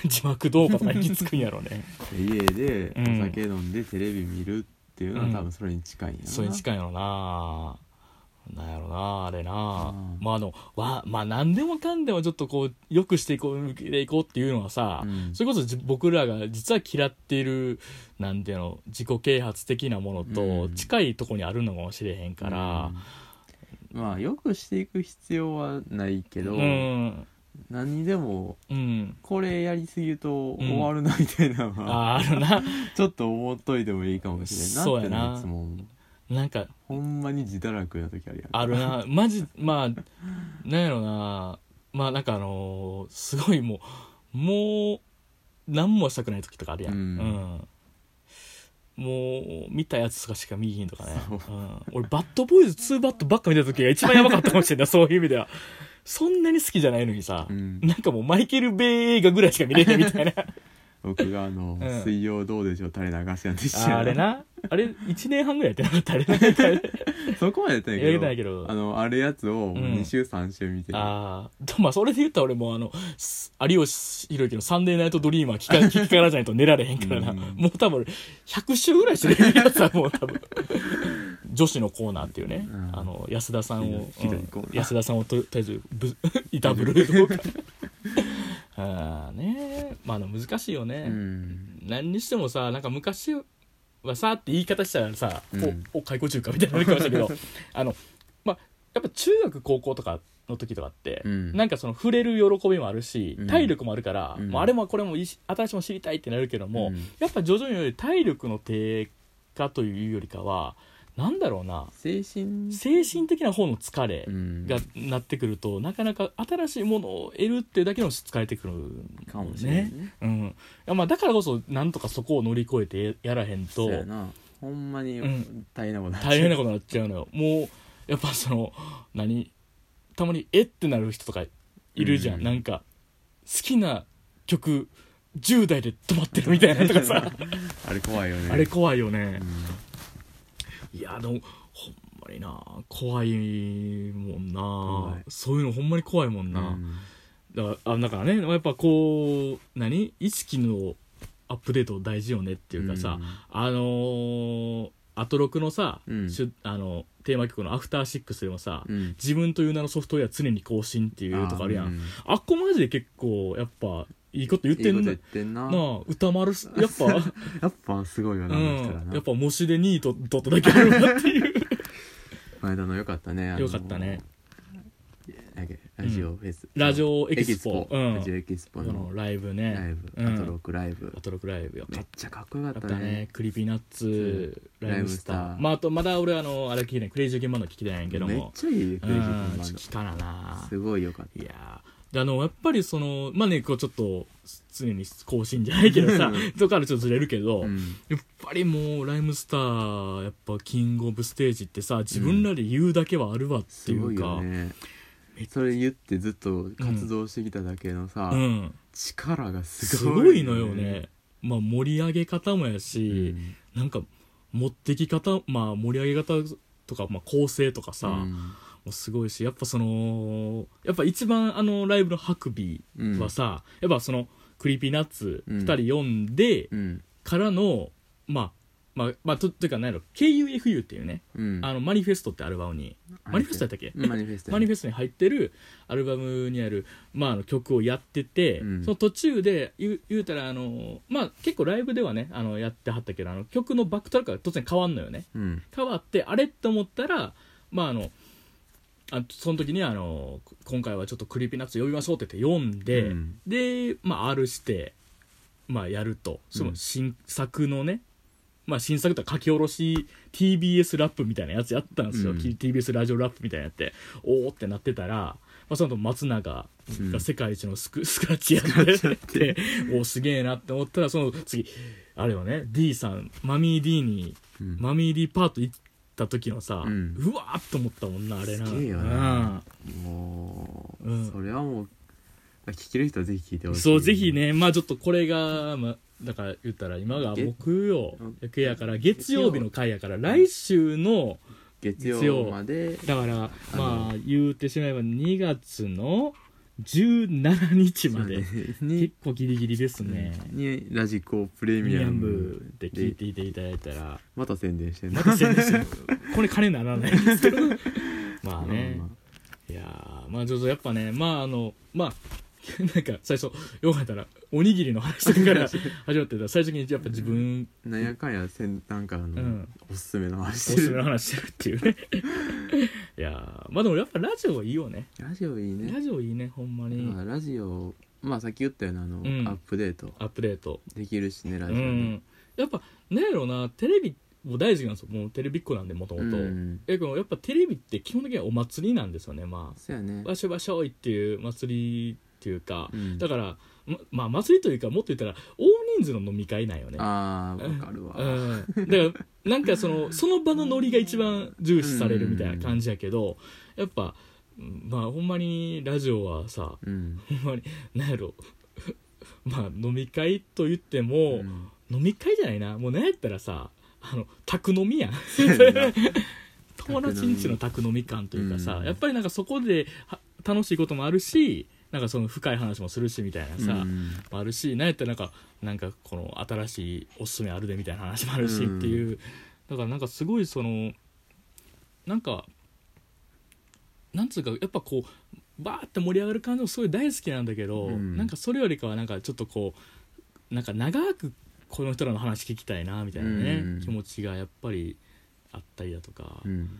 Speaker 1: 字幕どうかとかにつくんや ろね
Speaker 2: 家で
Speaker 1: うん
Speaker 2: お酒飲んでテレビ見るっていうのは
Speaker 1: うん
Speaker 2: 多分それに近いんやな
Speaker 1: それに近いのななんやろなあれな、
Speaker 2: うん
Speaker 1: まああのわまあ何でもかんでもちょっとこうよくしていこう向けていこうっていうのはさ、
Speaker 2: うん
Speaker 1: それこそじ僕らが実は嫌っているなんていうの自己啓発的なもの
Speaker 2: う
Speaker 1: と
Speaker 2: ん
Speaker 1: 近いとこにあるのかもしれへんから
Speaker 2: うんまあよくしていく必要はないけ
Speaker 1: う
Speaker 2: ど、
Speaker 1: ん
Speaker 2: 何にでも
Speaker 1: うん、
Speaker 2: これやりすぎると終わるなみたいなのは、
Speaker 1: ああるな
Speaker 2: ちょっと思っといてもいいかもしれんな
Speaker 1: そう
Speaker 2: っ
Speaker 1: や
Speaker 2: ての
Speaker 1: な
Speaker 2: はいつも思う
Speaker 1: なんか
Speaker 2: ほんまに自堕落な時あるやん
Speaker 1: ある なマジまあなんやろなまあなんかあのーすごいもうもう何もしたくない時とかあるやん、
Speaker 2: うん
Speaker 1: うんもう見たやつとかしか見えへんとかね、
Speaker 2: そう
Speaker 1: うん、俺バッドボーイズ2バットばっか見た時が一番やばかったかもしれないそういう意味ではそんなに好きじゃないのにさ、
Speaker 2: うん
Speaker 1: なんかもうマイケル・ベイ映画ぐらいしか見れないみた いな
Speaker 2: 僕があの、
Speaker 1: うん
Speaker 2: 水曜どうでしょう垂れ流しなんてし
Speaker 1: ああれなあれ1年半ぐらいやってなかったあれなんか
Speaker 2: そこまでやってない
Speaker 1: や
Speaker 2: け
Speaker 1: り
Speaker 2: ど
Speaker 1: たいけど
Speaker 2: あのあるやつを
Speaker 1: うん
Speaker 2: 2週3週見てる、
Speaker 1: ああ。 でもまあ、それで言ったら俺もうあの、す有吉弘行のサンデーナイトドリーマー聞か、 聞きからじゃないと寝られへんからな。
Speaker 2: うん
Speaker 1: もう多分、100週ぐらいしてるやつはもう多分。女子のコーナーっていうね、
Speaker 2: うん
Speaker 1: あの、安田さんを、
Speaker 2: ひどいひどい
Speaker 1: うん
Speaker 2: コーナー
Speaker 1: 安田さんをととりあえず、ぶ、 いたぶるとか。 ああねえまあでも難しいよね。
Speaker 2: うん
Speaker 1: 何にしてもさなんか昔はさって言い方したらさ「
Speaker 2: うん
Speaker 1: おお開校中か」みたいになるかもしれない けどあのまあやっぱ中学高校とかの時とかって、
Speaker 2: うん
Speaker 1: なんかその触れる喜びもあるし
Speaker 2: うん
Speaker 1: 体力もあるから、
Speaker 2: うん
Speaker 1: もうあれもこれもいいし新しいもの知りたいってなるけども、
Speaker 2: うん
Speaker 1: やっぱ徐々により体力の低下というよりかはなんだろうな
Speaker 2: 精神
Speaker 1: 精神的な方の疲れ
Speaker 2: うん
Speaker 1: がなってくると、なかなか新しいものを得るっていうだけの疲れてくる
Speaker 2: かもしれないね
Speaker 1: うん、いやまあだからこそなんとかそこを乗り越えてやらへんと
Speaker 2: そうやなほんまに
Speaker 1: うん
Speaker 2: 大変なことになっちゃう
Speaker 1: 大変なことになっちゃうのよもうやっぱその何たまにえってなる人とかいるじゃん、
Speaker 2: うん
Speaker 1: なんか好きな曲10代で止まってるみたいなのとか さ
Speaker 2: あれ怖いよね
Speaker 1: あれ怖いよね
Speaker 2: う、ん
Speaker 1: いやでもほんまりな怖いもん
Speaker 2: 怖
Speaker 1: ないそういうのほんまに怖いもんな、
Speaker 2: うん
Speaker 1: だからあだからねやっぱこう何意識のアップデート大事よねっていうかさ、あのーアトロクのさ、
Speaker 2: うん
Speaker 1: しゅあのテーマ曲の「アフターシックスでもさ、
Speaker 2: うん、うん
Speaker 1: 自分という名のソフトウェア常に更新っていうとこあるやんあ,、
Speaker 2: うん
Speaker 1: っこマジで結構やっぱいいこと言っ
Speaker 2: い
Speaker 1: て
Speaker 2: いこ
Speaker 1: ん
Speaker 2: と
Speaker 1: な
Speaker 2: 言ってん
Speaker 1: な
Speaker 2: な
Speaker 1: あ歌丸すやっぱ
Speaker 2: やっぱすごいよな、あの人ら
Speaker 1: うん、
Speaker 2: な
Speaker 1: やっぱ模試で2位と取っただけあるなって いう
Speaker 2: 前田の良かったねあの
Speaker 1: 良かったね
Speaker 2: なんだっけラジオフェス、
Speaker 1: ラジオエキ
Speaker 2: エキ
Speaker 1: ス
Speaker 2: ス
Speaker 1: ポ
Speaker 2: ポ、
Speaker 1: うん
Speaker 2: ラジオエキス
Speaker 1: こ
Speaker 2: ポの
Speaker 1: のライブ
Speaker 2: ライ
Speaker 1: ね
Speaker 2: ブ、
Speaker 1: うん
Speaker 2: アトロックライブ
Speaker 1: アトロクライブよ
Speaker 2: めっちゃかっこよ
Speaker 1: だ
Speaker 2: か
Speaker 1: っ
Speaker 2: った
Speaker 1: た
Speaker 2: ね
Speaker 1: ねクリピーナッツ
Speaker 2: うん
Speaker 1: ライブスター
Speaker 2: ライブスター
Speaker 1: まあ、あとまだ俺あのあれ聞いてないクレイジーゲンバンド聞きてないんやけど
Speaker 2: めっ
Speaker 1: も
Speaker 2: ちゃいいクレイジー
Speaker 1: う
Speaker 2: 君
Speaker 1: ん
Speaker 2: バン
Speaker 1: 聞かな
Speaker 2: ド
Speaker 1: な
Speaker 2: すごいよかっ
Speaker 1: いやーであのやっぱりそのまあねこうちょっと常に更新じゃないけどさ
Speaker 2: うん
Speaker 1: とからちょっとずれるけど、
Speaker 2: た、うん
Speaker 1: やっぱりもうライムスターやっぱキングオブステージってさ自分らで言うだけはあるわって
Speaker 2: す
Speaker 1: い
Speaker 2: ご
Speaker 1: う
Speaker 2: い
Speaker 1: か、
Speaker 2: よねそれ言ってずっと活動してきただけのさ、
Speaker 1: うん、
Speaker 2: 力が
Speaker 1: す
Speaker 2: すごい,、
Speaker 1: ごいのよね、まあ、盛り上げ方もやし、なんか持ってき方まあ盛り上げ方とか、まあ、構成とかさ、
Speaker 2: う
Speaker 1: も
Speaker 2: ん
Speaker 1: うすごいしやっぱそのやっぱ一番あのライブの「ハクビ
Speaker 2: うん
Speaker 1: はさ、やっぱその「クリーピーナッツ」
Speaker 2: うん
Speaker 1: 2人読んで
Speaker 2: うん
Speaker 1: からの、まあまあ、まあ、とというか何やろ KUFU っていうね、
Speaker 2: うん
Speaker 1: あのマニフェストってアルバムにマニフェストやったっけ、
Speaker 2: うんマニフェスト
Speaker 1: マニフ
Speaker 2: ェ
Speaker 1: ェストに入ってるアルバムにある、まあ、あの曲をやってて、
Speaker 2: うん
Speaker 1: その途中で言う言うたらあの、まあ、結構ライブではねあのやってはったけどあの曲のバックトラックが突然変わんのよね
Speaker 2: うん
Speaker 1: 変わってあれって思ったら、まあ、あのあその時にあの今回はちょっとクリーピーナッツ呼びましょうって言って読んで、
Speaker 2: うん
Speaker 1: で、まあ、R して、まあ、やるとその新作のね、まあ、新作とか書き下ろし TBS ラップみたいなやつやったんですよ、
Speaker 2: うん
Speaker 1: TBS ラジオラップみたいなやっておおってなってたら、まあ、その後松永
Speaker 2: うん
Speaker 1: が世界一のスク,、 スクラッチやって
Speaker 2: チやって
Speaker 1: おおすげえなって思ったらその次あれよね D さんマミー D に
Speaker 2: うん
Speaker 1: マミー D パート行った時のさ、う
Speaker 2: うん
Speaker 1: わーっと思ったもんなあれな
Speaker 2: すげえよなもう、
Speaker 1: うん
Speaker 2: それはもう聞ける人はぜひ聞いて
Speaker 1: う
Speaker 2: ほ
Speaker 1: ん
Speaker 2: しい
Speaker 1: そうぜひねまあちょっとこれが、まあ、だから言ったら今が
Speaker 2: げ
Speaker 1: 木曜
Speaker 2: うん
Speaker 1: やから月曜日の回やから来週の
Speaker 2: 月曜まで
Speaker 1: だから
Speaker 2: あの
Speaker 1: まあ言うてしまえば2月の17日まで結
Speaker 2: に
Speaker 1: 構ギリギリですね、
Speaker 2: にラジコプレ
Speaker 1: ミ
Speaker 2: ミ
Speaker 1: ニ
Speaker 2: ア
Speaker 1: ア
Speaker 2: ム
Speaker 1: ムで聞いていただいたら
Speaker 2: また宣伝してん
Speaker 1: ま
Speaker 2: な
Speaker 1: た宣伝してるこれ金ならないんですけ どまあね、
Speaker 2: まあま
Speaker 1: いやーまあちょっとやっぱねまああのまあ なんか最初よかったらおにぎりの話とかから 始まってた最初にやっぱ自分
Speaker 2: あなんやかんやせんなんかあの、
Speaker 1: うん
Speaker 2: おすすめの話
Speaker 1: お
Speaker 2: し
Speaker 1: す
Speaker 2: て
Speaker 1: すめの
Speaker 2: る
Speaker 1: 話してるっていうね いやーまあでもやっぱラジオはいいよね
Speaker 2: ラジオいいね
Speaker 1: ラジオいいねほんまに、
Speaker 2: まあラジオまあさっき言ったようなあの、
Speaker 1: ん
Speaker 2: アップデート
Speaker 1: アップデート
Speaker 2: できるしねラジ
Speaker 1: う
Speaker 2: オね
Speaker 1: んやっぱねやろなテレビも大好きなんですよもうテレビっ子なんでもともと
Speaker 2: うん
Speaker 1: やっぱテレビって基本的にはお祭りなんですよねまあ
Speaker 2: そうやね
Speaker 1: わしょわしょいっていう祭りっていうか、
Speaker 2: うん
Speaker 1: だからままあ祭りというかもっと言ったら大人数の飲み会なんよね
Speaker 2: あーわかるわ、
Speaker 1: うん、だからなんかそ のその場のノリが一番重視されるみたいな感じやけど、やっぱうんまあほんまにラジオはさ
Speaker 2: うん
Speaker 1: ほんまになんやろまあ飲み会と言っても、
Speaker 2: うん
Speaker 1: 飲み会じゃないなもうなんやったらさあの宅飲みやん
Speaker 2: やな
Speaker 1: 友達んちの宅飲み感というかさ、
Speaker 2: うん
Speaker 1: やっぱりなんかそこでは楽しいこともあるしなんかその深い話もするしみたいな さ、
Speaker 2: うん
Speaker 1: もあるしなんやったらなんかなんかこの新しいおすすめあるでみたいな話もあるしっ
Speaker 2: うん
Speaker 1: ていう、だからなんかすごいそのなんかなんつうかやっぱこうバーって盛り上がる感じもすごい大好きなんだけど、
Speaker 2: うん
Speaker 1: なんかそれよりかはなんかちょっとこうなんか長くこの人らの話聞きたいなみたいなね、
Speaker 2: うん
Speaker 1: 気持ちがやっぱりあったりだとか、
Speaker 2: うん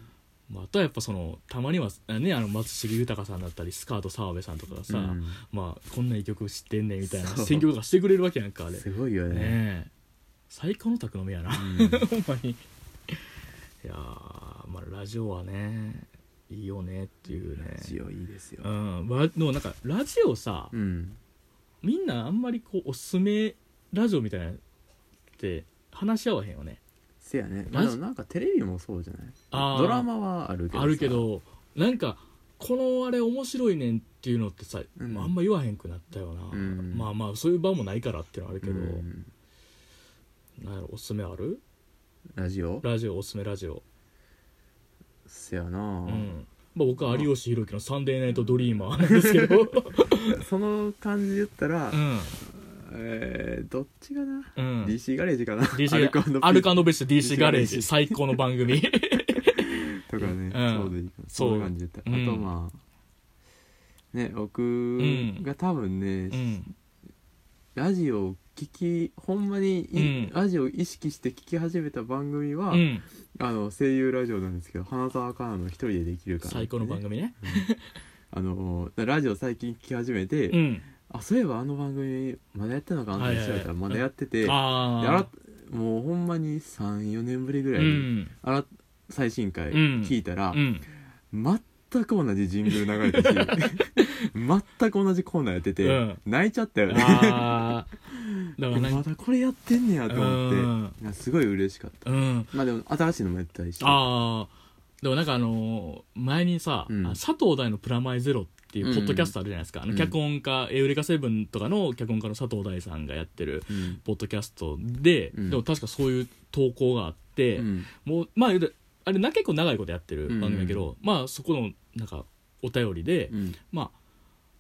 Speaker 1: まあ、あとはやっぱそのたまにはあねあの松重豊さんだったりスカート澤部さんとかがさ、
Speaker 2: うん
Speaker 1: まあこんないい曲知ってんねんみたいな
Speaker 2: そう
Speaker 1: 選曲とかしてくれるわけやんかあれね
Speaker 2: すごいよね
Speaker 1: え最高の宅飲みやな、
Speaker 2: う ん
Speaker 1: ほんまにいやーまあラジオはねいいよねっていうね
Speaker 2: ラジオいいですよ
Speaker 1: うんわでもなんかラジオさ、
Speaker 2: うん
Speaker 1: みんなあんまりこうおすすめラジオみたいなのって話し合わへんよね
Speaker 2: せやねまあ
Speaker 1: ラ
Speaker 2: で
Speaker 1: ジ
Speaker 2: もなんかテレビもそうじゃない
Speaker 1: あー
Speaker 2: ドラマはあるけどさ
Speaker 1: あるけどなんかこのあれ面白いねんっていうのってさ、
Speaker 2: うん
Speaker 1: あんま言わへんくなったよな、
Speaker 2: うん
Speaker 1: まあまあそういう場もないからっていうのはあるけど、
Speaker 2: うん
Speaker 1: なんやろおすすめある
Speaker 2: ラジオ
Speaker 1: ラジオおすすめラジオ
Speaker 2: せやな、
Speaker 1: うんまあ、僕は有吉弘行の「サンデーナイトドリーマー」なんですけど
Speaker 2: その感じで言ったら、
Speaker 1: うん
Speaker 2: えーどっちかな、
Speaker 1: うん
Speaker 2: DC ガレージかな
Speaker 1: DC
Speaker 2: アルコピー
Speaker 1: アルカベッシュ DC ガレー
Speaker 2: DC ガレー
Speaker 1: ジ
Speaker 2: ジ
Speaker 1: 最高の番組
Speaker 2: とかね、
Speaker 1: うん
Speaker 2: そうでいいかな
Speaker 1: そう
Speaker 2: そんな感じだった、
Speaker 1: うん
Speaker 2: あとまあね
Speaker 1: ん
Speaker 2: 僕が多分ね、
Speaker 1: うん
Speaker 2: ラジオを聞きほんまに
Speaker 1: う
Speaker 2: い、
Speaker 1: ん
Speaker 2: ラジオを意識して聞き始めた番組は、
Speaker 1: うん
Speaker 2: あの声優ラジオなんですけど花澤香菜の「一人でできるから、
Speaker 1: 最高の番組ね
Speaker 2: あのラジオ最近聞き始めて、
Speaker 1: うん
Speaker 2: あそういえばあの番組まだやってんのかなって調べた
Speaker 1: はいはいは
Speaker 2: ら
Speaker 1: い
Speaker 2: まだやってて、であ
Speaker 1: あ
Speaker 2: らもうほんまに34年ぶりぐ
Speaker 1: あ
Speaker 2: ら
Speaker 1: う
Speaker 2: いに、
Speaker 1: ん
Speaker 2: あら最新回
Speaker 1: うん
Speaker 2: 聞いたら、
Speaker 1: うん
Speaker 2: 全く同じジングル流れ たし全く同じコーナーやってて、
Speaker 1: うん
Speaker 2: 泣いちゃったよね
Speaker 1: ああだからなん
Speaker 2: ま
Speaker 1: か
Speaker 2: だこれやってんねやと
Speaker 1: う
Speaker 2: 思
Speaker 1: ん
Speaker 2: っていやすごい嬉しかった
Speaker 1: うん
Speaker 2: まあでも新しいのもやったりして
Speaker 1: ああでもなんかあのー前にさ、
Speaker 2: うん
Speaker 1: あ佐藤大の「プラマイゼロ」っていうポッドキャストあるじゃないですか、あ
Speaker 2: う
Speaker 1: の
Speaker 2: ん
Speaker 1: 脚本家、エウレカセブンとかの脚本家の佐藤大さんがやってる
Speaker 2: うん
Speaker 1: ポッドキャストで、
Speaker 2: うん
Speaker 1: でも確かそういう投稿があって、
Speaker 2: うん
Speaker 1: もうまあ言うてあれな結構長いことやってる番組やけど、まあそこのなんかお便りで、
Speaker 2: うん
Speaker 1: まあ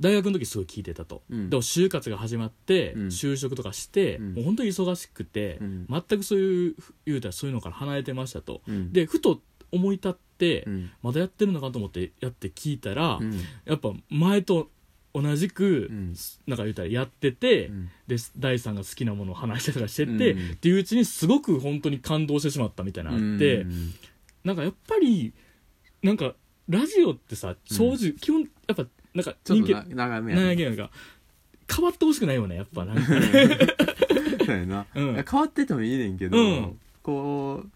Speaker 1: 大学の時すごい聞いてたと、
Speaker 2: うん
Speaker 1: でも就活が始まって、
Speaker 2: うん
Speaker 1: 就職とかして、
Speaker 2: うん
Speaker 1: もう本当に忙しくて、
Speaker 2: うん
Speaker 1: 全くそういう言うたらそういうのから離れてましたと、
Speaker 2: うん
Speaker 1: でふと思い立って、
Speaker 2: うん
Speaker 1: まだやってるのかと思ってやって聞いたら、
Speaker 2: うん
Speaker 1: やっぱ前と同じく、
Speaker 2: うん
Speaker 1: なんか言うたらやってて、
Speaker 2: うん
Speaker 1: で大さんが好きなものを話したりとかしてて、
Speaker 2: うん
Speaker 1: っていううちにすごく本当に感動してしまったみたいなのあって、
Speaker 2: うん
Speaker 1: なんかやっぱりなんかラジオってさ正直、基本やっぱなんか
Speaker 2: ちょっ
Speaker 1: 人
Speaker 2: と
Speaker 1: 気
Speaker 2: な長めや
Speaker 1: なんや
Speaker 2: ね
Speaker 1: けんか変わってほしくないよねやっぱなんか
Speaker 2: そうやな、
Speaker 1: うん
Speaker 2: いや変わっててもいいねんけど、
Speaker 1: うん
Speaker 2: こう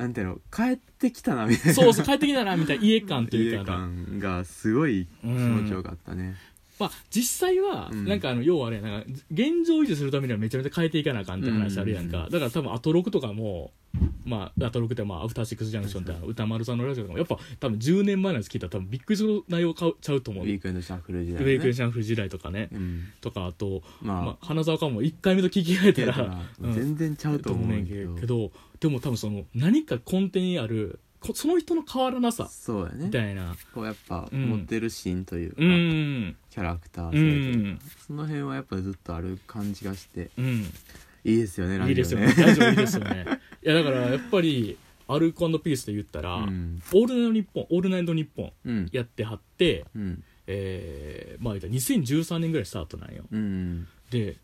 Speaker 2: なんていうの帰ってきたなみたいな
Speaker 1: そうそう帰ってきたなみたいな家感というかな
Speaker 2: 家
Speaker 1: んか
Speaker 2: 感がすごい気持ちよかったね、
Speaker 1: まあ、実際は、
Speaker 2: うん
Speaker 1: なんかあの要はねなんか現状維持するためにはめちゃめちゃ変えていかなあかんって話あるやんか、
Speaker 2: うん
Speaker 1: だから多分アトロクとかも、まあ、アトロクって、まあ、アフターシックスジャンクションってあの歌丸さんのラジオとかもやっぱ多分10年前のやつ聞いたら多分びっくりする内容買うちゃうと思う、
Speaker 2: ウィークエンドシャッフル時
Speaker 1: ウ
Speaker 2: 代、ね、
Speaker 1: ェイクエンシャンフル時代とかね、
Speaker 2: うん
Speaker 1: とかあと、
Speaker 2: まあ、
Speaker 1: まあ、花澤かも1回目と聞き換えた
Speaker 2: だ からら
Speaker 1: うん
Speaker 2: 全然ちゃうと思う
Speaker 1: ね
Speaker 2: ねん
Speaker 1: ん
Speaker 2: けど,、
Speaker 1: けどでも多分その何か根底にあるこその人の変わらなさ
Speaker 2: そうや
Speaker 1: み
Speaker 2: ね
Speaker 1: たいな
Speaker 2: こうやっぱ
Speaker 1: うん
Speaker 2: 持ってるシーンというか、
Speaker 1: うん
Speaker 2: キャラクター性
Speaker 1: う
Speaker 2: というか、
Speaker 1: ん
Speaker 2: その辺はやっぱずっとある感じがして
Speaker 1: うん
Speaker 2: いいですよねラ
Speaker 1: い
Speaker 2: ジオね
Speaker 1: いですよね。ラジオいいですよね。いや、だから、やっぱり、アルコピースで言ったら、
Speaker 2: うん
Speaker 1: オールナイトニッポン、オールナイトニッポン
Speaker 2: うん
Speaker 1: やってはって、
Speaker 2: うん
Speaker 1: えー、まあ言ったら2013年ぐらいスタートなんよ。
Speaker 2: うん
Speaker 1: で、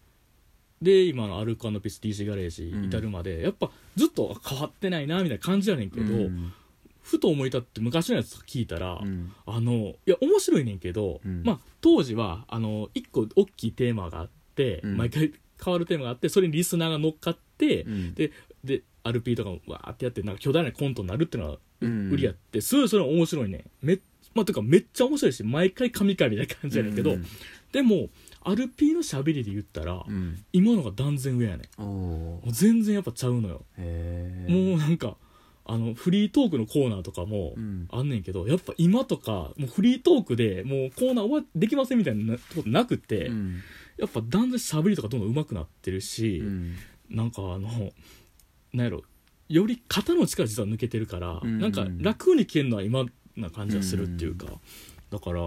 Speaker 1: で、今のアルコピース DC ガレージ至るまで、やっぱずっと変わってないな、みたいな感じやねんけど、
Speaker 2: うん
Speaker 1: ふと思い立って昔のやつ聞いたら、
Speaker 2: うん
Speaker 1: あの、いや、面白いねんけど、
Speaker 2: うん
Speaker 1: まあ、当時は、あの、一個大きいテーマがあって、
Speaker 2: うん
Speaker 1: 毎回変わるテーマがあって、それにリスナーが乗っかって、
Speaker 2: うん
Speaker 1: でで RP とかもわーってやってなんか巨大なコントになるっていうのは
Speaker 2: うん
Speaker 1: 売りやって、すごいそれは面白いねめまあてかめっちゃ面白いし毎回神々みたいな感じやねんけど、
Speaker 2: うん
Speaker 1: でも RP の喋りで言ったら、
Speaker 2: うん
Speaker 1: 今のが断然上やね
Speaker 2: おお
Speaker 1: んもう全然やっぱちゃうのよ、
Speaker 2: へえ
Speaker 1: もうなんかあのフリートークのコーナーとかも
Speaker 2: うん
Speaker 1: あんねんけどやっぱ今とかもうフリートークでもうコーナー終わできませんみたいなことなくて、
Speaker 2: うん
Speaker 1: やっぱ断然喋りとかどんどん上手くなってるし、
Speaker 2: うん
Speaker 1: なんかあのなんやろより肩の力実は抜けてるから、
Speaker 2: うん
Speaker 1: なんか楽に聞けるのは今な感じがするっていうか、だから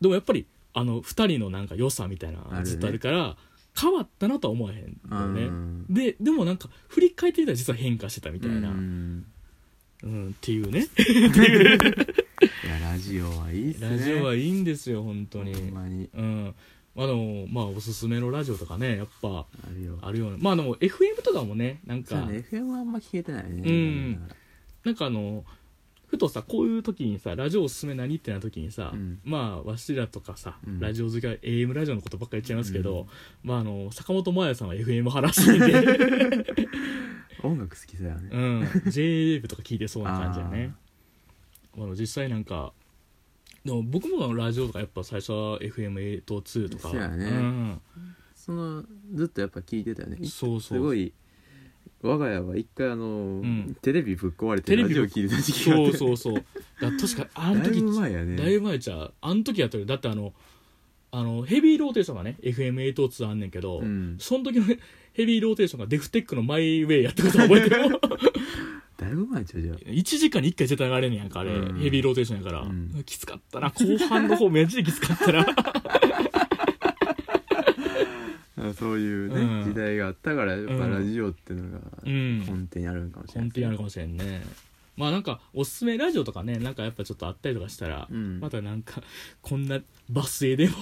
Speaker 1: でもやっぱりあの2人のなんか良さみたいなの
Speaker 2: ある
Speaker 1: が
Speaker 2: ね
Speaker 1: ずっとあるから変わったなとは思わへん
Speaker 2: う
Speaker 1: よね、
Speaker 2: ん
Speaker 1: ででもなんか振り返ってみたら実は変化してたみたいな、う
Speaker 2: うんん
Speaker 1: っていうね
Speaker 2: いやラジオはいいっすね
Speaker 1: ラジオはいいんですよ本当に、
Speaker 2: ほんまに
Speaker 1: うんあのまあおすすめのラジオとかねやっぱ
Speaker 2: あるよ
Speaker 1: あるようなまあでも FM とかもねなん
Speaker 2: そう
Speaker 1: か、
Speaker 2: ね FM はあんま聞けてないね
Speaker 1: うんなんかあのふとさこういう時にさラジオおすすめ何ってな時にさ、
Speaker 2: うん
Speaker 1: まあわしらとかさ、
Speaker 2: うん
Speaker 1: ラジオ好きは AM ラジオのことばっかり言っちゃいますけど、まああの坂本真綾さんは FM 派らしいん で、
Speaker 2: 音楽好きだよね
Speaker 1: うん、JWAVE とか聞いてそうな感じだねあの実際なんかでも僕もあのラジオとかやっぱ最初は FM8 と2とか
Speaker 2: そうやね
Speaker 1: ん、
Speaker 2: そのずっとやっぱ聞いてたよね
Speaker 1: そうそう
Speaker 2: すごい我が家は一回あの、
Speaker 1: ん
Speaker 2: テレビぶっ壊れて
Speaker 1: テレ
Speaker 2: ラ
Speaker 1: ビ
Speaker 2: ジ
Speaker 1: ぶっ
Speaker 2: オ聞いてた時期があ
Speaker 1: そ
Speaker 2: っ
Speaker 1: う
Speaker 2: て
Speaker 1: そうそうだから確かあの
Speaker 2: だい
Speaker 1: 時
Speaker 2: ぶ前やね
Speaker 1: だいぶ前ちゃうあの時やったよだってあのあのヘビーローテーションがね FM802 あんねんけど、
Speaker 2: うん
Speaker 1: その時のヘビーローテーションがデフテックのマイウェイやったこと覚えてる
Speaker 2: だいぶ前ちゃうじゃん
Speaker 1: 1時間に1回絶対流れんねやんかあれ、
Speaker 2: うん
Speaker 1: ヘビーローテーションやから、
Speaker 2: うん
Speaker 1: きつかったな後半の方めっちゃきつかった な
Speaker 2: あそういうね、
Speaker 1: うん
Speaker 2: 時代があったからやっぱラジオっていうのが
Speaker 1: うん
Speaker 2: 根底にあるんかもしれない、
Speaker 1: 本当にあるかもしれんねまあなんかおすすめラジオとかねなんかやっぱちょっとあったりとかしたら、
Speaker 2: うん
Speaker 1: またなんかこんなバスへで も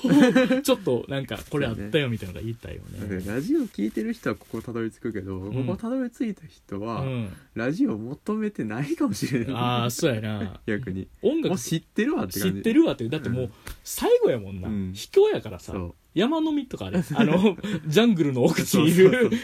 Speaker 1: ちょっとなんかこれあったよみたいなのが言いたいよ
Speaker 2: だから
Speaker 1: ね
Speaker 2: ラジオ聞いてる人はここたどり着くけど、
Speaker 1: ん
Speaker 2: ここたどり着いた人
Speaker 1: う
Speaker 2: は、
Speaker 1: ん
Speaker 2: ラジオ求めてないかもしれない
Speaker 1: ああそうやな
Speaker 2: 逆に
Speaker 1: 音
Speaker 2: も
Speaker 1: 楽
Speaker 2: う知ってるわって
Speaker 1: 知
Speaker 2: 感じ
Speaker 1: ってるわってだっても
Speaker 2: う
Speaker 1: うん最後やもんな、
Speaker 2: うん
Speaker 1: 卑怯やからさ
Speaker 2: そう
Speaker 1: 山の実とかあれ あのジャングルの奥地にいる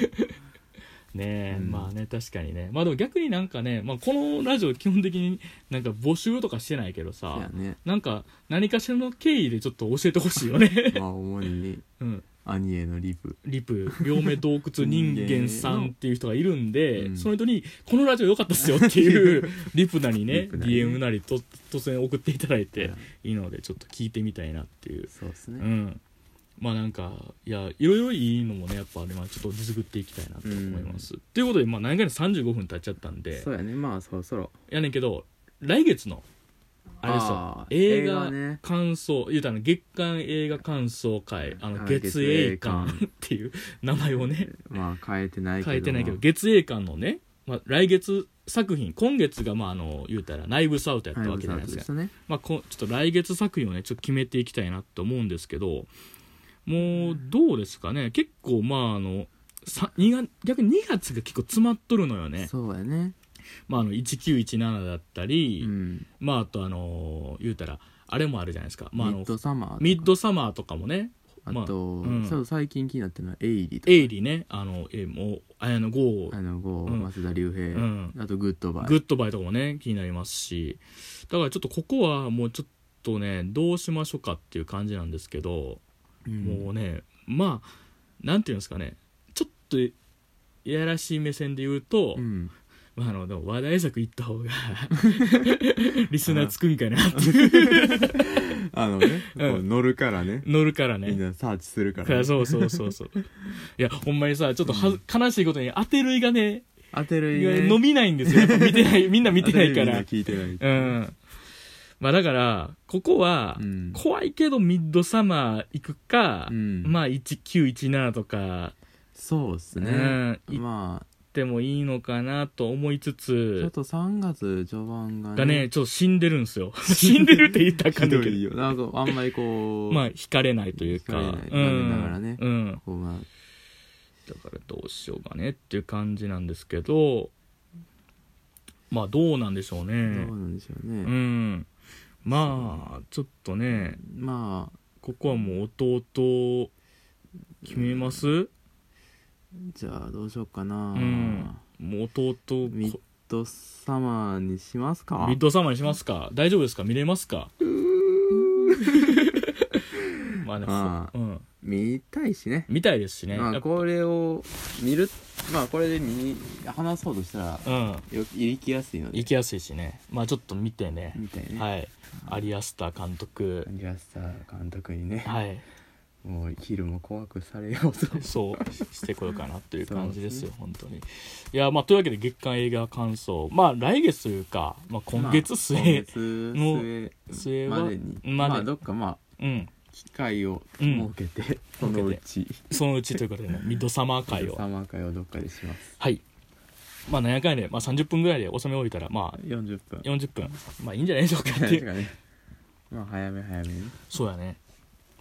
Speaker 1: ねえ、
Speaker 2: うん
Speaker 1: まあね確かにねまあでも逆になんかね、まあ、このラジオ基本的になんか募集とかしてないけど
Speaker 2: そう
Speaker 1: さ
Speaker 2: やね
Speaker 1: なんか何かしらの経緯でちょっと教えてほしいよ ね、
Speaker 2: まあ主に
Speaker 1: うん、
Speaker 2: 兄へのリプ
Speaker 1: リプ両目洞窟人間さんっていう人がいるんで、
Speaker 2: うん
Speaker 1: その人に「このラジオ良かったっすよ」っていう リプなりね
Speaker 2: リプなりね
Speaker 1: DM なりと突然送っていただいて
Speaker 2: うん
Speaker 1: いいのでちょっと聞いてみたいなっていう
Speaker 2: そうです
Speaker 1: う
Speaker 2: ね、
Speaker 1: ん、まあなんかいやいろいろいいのもねやっぱねまあちょっと実ぐっていきたいなと思います。ということでまあ何回も35分経っちゃったんで
Speaker 2: そうやねまあそろそろ
Speaker 1: やねんけど来月のあれですよ
Speaker 2: あー
Speaker 1: 映
Speaker 2: 映
Speaker 1: 画
Speaker 2: 画ね
Speaker 1: 感想、言うたら月間映画感想会あの
Speaker 2: はい
Speaker 1: 月映館
Speaker 2: 月映館
Speaker 1: っていう名前をね
Speaker 2: まあ変えてないけど
Speaker 1: 変えてないけど月映館のね、まあ、来月作品今月がまああの言うたら内部サウトやったわけじゃないですか
Speaker 2: で。すね
Speaker 1: まあ、こちょっと来月作品をねちょっと決めていきたいなと思うんですけどもうどうですかね結構まああのさ二月逆に2月が結構詰まっとるのよね、
Speaker 2: そうやね
Speaker 1: まあ、あの1917だったり、
Speaker 2: うん
Speaker 1: まああとあのー言うたらあれもあるじゃないですか、まあ、あ
Speaker 2: ミッ
Speaker 1: の
Speaker 2: ドサマーとか
Speaker 1: ミッドサマーとかもね
Speaker 2: あ
Speaker 1: まあ
Speaker 2: と、
Speaker 1: うん
Speaker 2: そう最近気になってるのはエイリとか
Speaker 1: エイリねあの、えもう綾野剛
Speaker 2: あのゴー、
Speaker 1: うん
Speaker 2: 増田竜兵、
Speaker 1: うん
Speaker 2: あとグッドバイ
Speaker 1: グッドバイとかもね気になりますしだからちょっとここはもうちょっとねどうしましょうかっていう感じなんですけど
Speaker 2: うん
Speaker 1: もうねまあなんていうんですかねちょっといやらしい目線で言うと、
Speaker 2: うん
Speaker 1: まあ、あのでも話題作行った方 がリスナーつくんかなって
Speaker 2: あのね、
Speaker 1: うん
Speaker 2: こう乗るからね
Speaker 1: 乗るから
Speaker 2: みん
Speaker 1: ね。
Speaker 2: なサーチするから、
Speaker 1: か
Speaker 2: ね、
Speaker 1: そうそうそう そういやほんまにさちょっとはず、悲しいことに当てるいがね
Speaker 2: 当てる
Speaker 1: 意
Speaker 2: 意
Speaker 1: 外
Speaker 2: 味
Speaker 1: に
Speaker 2: ね
Speaker 1: 伸びないんですよやっぱ見て ないみんな見てないから
Speaker 2: 当てる意味が聞いて
Speaker 1: う
Speaker 2: ない、
Speaker 1: んまあだからここは、
Speaker 2: うん
Speaker 1: 怖いけどミッドサマー行くか、
Speaker 2: うん
Speaker 1: まあ1917とか、
Speaker 2: そうっすね、
Speaker 1: うん
Speaker 2: まあ
Speaker 1: ってもいいのかなと思いつ
Speaker 2: ちょっ
Speaker 1: つ
Speaker 2: と3月序盤がね
Speaker 1: がねちょっと死んでるん ですよ死んでるって言ったらあか
Speaker 2: ひ
Speaker 1: んね
Speaker 2: ど
Speaker 1: んけ
Speaker 2: いよなんかあんまりこ
Speaker 1: ど
Speaker 2: う、
Speaker 1: まあ惹かれないというか
Speaker 2: 惹かれない
Speaker 1: うん
Speaker 2: 残念ながらね
Speaker 1: うん、
Speaker 2: こうまあ
Speaker 1: だからどうしようかねっていう感じなんですけどまあどうなんでしょう
Speaker 2: どう
Speaker 1: ね
Speaker 2: なんでしょう
Speaker 1: う
Speaker 2: ね、
Speaker 1: んまあちょっとね
Speaker 2: まあ
Speaker 1: ここはもう弟決めます
Speaker 2: じゃあどうしようかな、
Speaker 1: うんもう弟こ
Speaker 2: ミッドサマーにしますか
Speaker 1: ミッドサマーにしますか大丈夫ですか見れますかまあね、
Speaker 2: まあ
Speaker 1: うん、
Speaker 2: 見たいしね
Speaker 1: 見たいですしね、や
Speaker 2: まあ
Speaker 1: っぱ
Speaker 2: これを見るまあこれで見話そうとしたら
Speaker 1: うん
Speaker 2: よ行きやすいので
Speaker 1: 行きやすいしねまあちょっと見てね
Speaker 2: みたいね、
Speaker 1: はいアリアスター監督
Speaker 2: リアスター監督にね、
Speaker 1: はい
Speaker 2: もう昼も怖くされようと
Speaker 1: そうしてこようかなという感じですよ
Speaker 2: そ
Speaker 1: 本当にいやまあというわけで月間映画感想まあ来月というか、まあ、今月末、
Speaker 2: まあ今月
Speaker 1: 末
Speaker 2: 末
Speaker 1: は
Speaker 2: までに
Speaker 1: ま
Speaker 2: ま
Speaker 1: で
Speaker 2: あどっかまあ
Speaker 1: うん
Speaker 2: 機会を
Speaker 1: うん
Speaker 2: 設け て、そのうち
Speaker 1: そのうちということでねミッドサマー会を
Speaker 2: サマー会をどっかでします
Speaker 1: はいまあ何回で、まあ、30分ぐらいで収め終えたらまあ
Speaker 2: 40分
Speaker 1: 40分まあいいんじゃないでしょうかってい
Speaker 2: て
Speaker 1: う
Speaker 2: かね まあ早め早めに
Speaker 1: そうやね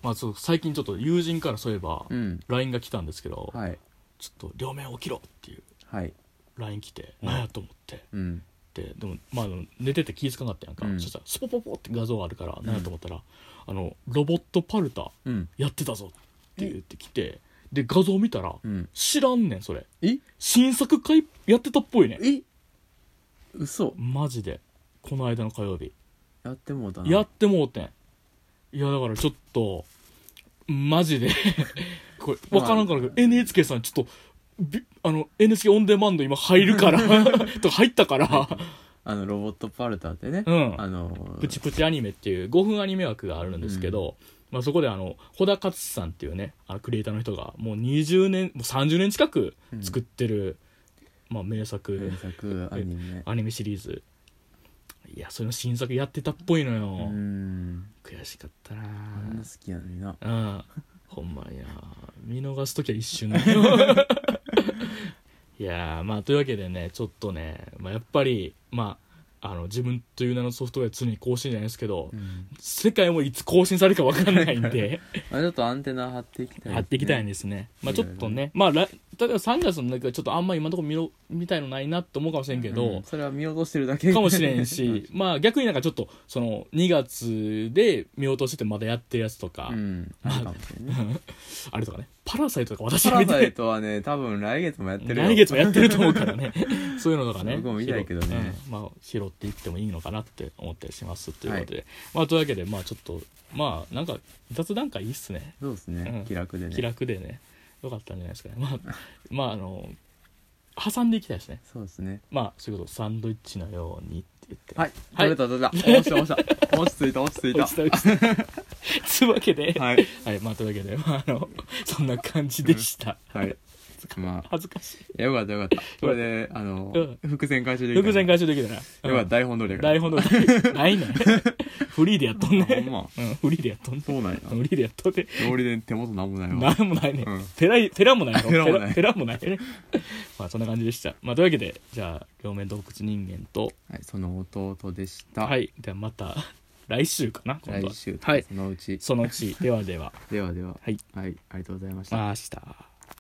Speaker 1: まあそう最近ちょっと友人からそういえば
Speaker 2: うん
Speaker 1: LINE が来たんですけど、
Speaker 2: はい
Speaker 1: ちょっと両面起きろっていう
Speaker 2: はい
Speaker 1: LINE 来て、
Speaker 2: うん
Speaker 1: なんやと思って
Speaker 2: うん
Speaker 1: ででも、まあ、寝てて気づかなかったやんか、
Speaker 2: うん
Speaker 1: そしたらスポポポって画像あるから、
Speaker 2: ん
Speaker 1: なんやと思ったらあのロボットパルタ
Speaker 2: うん
Speaker 1: やってたぞって言ってきてで画像見たら、
Speaker 2: うん
Speaker 1: 知らんねんそれ
Speaker 2: え
Speaker 1: 新作会やってたっぽいねん
Speaker 2: え嘘
Speaker 1: マジでこの間の火曜日
Speaker 2: やってもうたな
Speaker 1: やってもうてんいやだからちょっとマジで これ分からんからけど、NHK さんちょっとびあの NHK オンデマンド今入る からとか入ったから
Speaker 2: あのロボットパルタってね、
Speaker 1: うん
Speaker 2: あの ー
Speaker 1: プチプチアニメっていう5分アニメ枠があるんですけど、まあ、そこであの穂田勝さんっていうねあのクリエイターの人がもう20年もう30年近く作ってる、まあ、名作
Speaker 2: 原作アニメ
Speaker 1: アニメシリーズいやそれの新作やってたっぽいの
Speaker 2: う
Speaker 1: よ、
Speaker 2: ん
Speaker 1: 悔しかったな
Speaker 2: あんな好きやのにな
Speaker 1: ああほんまや見逃す時は一瞬だよいやーまあというわけでねちょっとね、まあ、やっぱりまああの自分という名のソフトウェア常に更新じゃないですけど、
Speaker 2: うん
Speaker 1: 世界もいつ更新されるか分かんないんで
Speaker 2: まあちょっとアンテナ張っていきたいですね
Speaker 1: やっていきたいんですねまあちょっと
Speaker 2: いろ
Speaker 1: ねまあら例えば3月の中でちょっとあんま今のところ見ろ見たいのないなと思うかもしれんけど、
Speaker 2: うんそれは見落としてるだけ
Speaker 1: かもしれん しまあ逆になんかちょっとその2月で見落としててまだやってるやつとか、
Speaker 2: うんあるかもしれんね
Speaker 1: あれとかね「パラサイト」とか私
Speaker 2: パ
Speaker 1: が
Speaker 2: ラ
Speaker 1: 見て
Speaker 2: サイトはね多分来月もやってるよ
Speaker 1: 来月もやってると思うから ねそういうのとかね
Speaker 2: 僕も見たいけどね
Speaker 1: 拾うんまあ、拾っていってもいいのかなって思ったりしますということで、まあ、というわけでまあちょっとまあなんか雑談会いいっすね
Speaker 2: そうです
Speaker 1: うん
Speaker 2: ね気楽で
Speaker 1: 気
Speaker 2: ね
Speaker 1: 楽でねよかったんじゃないですかねまあまああの挟んでいきたいですね
Speaker 2: そうですね
Speaker 1: まあそういうことサンドイッチのようにって言って
Speaker 2: はい
Speaker 1: はい
Speaker 2: 取れた取れた押した押した押しついた押しつい
Speaker 1: 落ち
Speaker 2: た
Speaker 1: た落ちた つうわけでは
Speaker 2: はい
Speaker 1: い、まあというわけで、まあ、あのそんな感じでした、
Speaker 2: はいまあ
Speaker 1: 恥ずかし
Speaker 2: いやよかったよかったこれであの
Speaker 1: う
Speaker 2: 伏線回収
Speaker 1: い
Speaker 2: できた
Speaker 1: 伏線回収できたな
Speaker 2: よかった台本通りやから
Speaker 1: 台本の ないねフリーでやっとんね
Speaker 2: あほんま
Speaker 1: うんフリーでやっとんね
Speaker 2: そうなんや
Speaker 1: フリーでやっとんね
Speaker 2: 料理で手元なんもないわ
Speaker 1: 何もないね
Speaker 2: うん
Speaker 1: 寺い寺もないの
Speaker 2: 寺もない
Speaker 1: 寺もない ねまあそんな感じでしたまあというわけでじゃあ両面洞窟人間と
Speaker 2: はいその弟でした
Speaker 1: はいではまた来週かな今度は
Speaker 2: 来週
Speaker 1: はい
Speaker 2: そのうち
Speaker 1: そのうちではでは
Speaker 2: ではでは
Speaker 1: はい
Speaker 2: はいありがとうございました
Speaker 1: まあ明日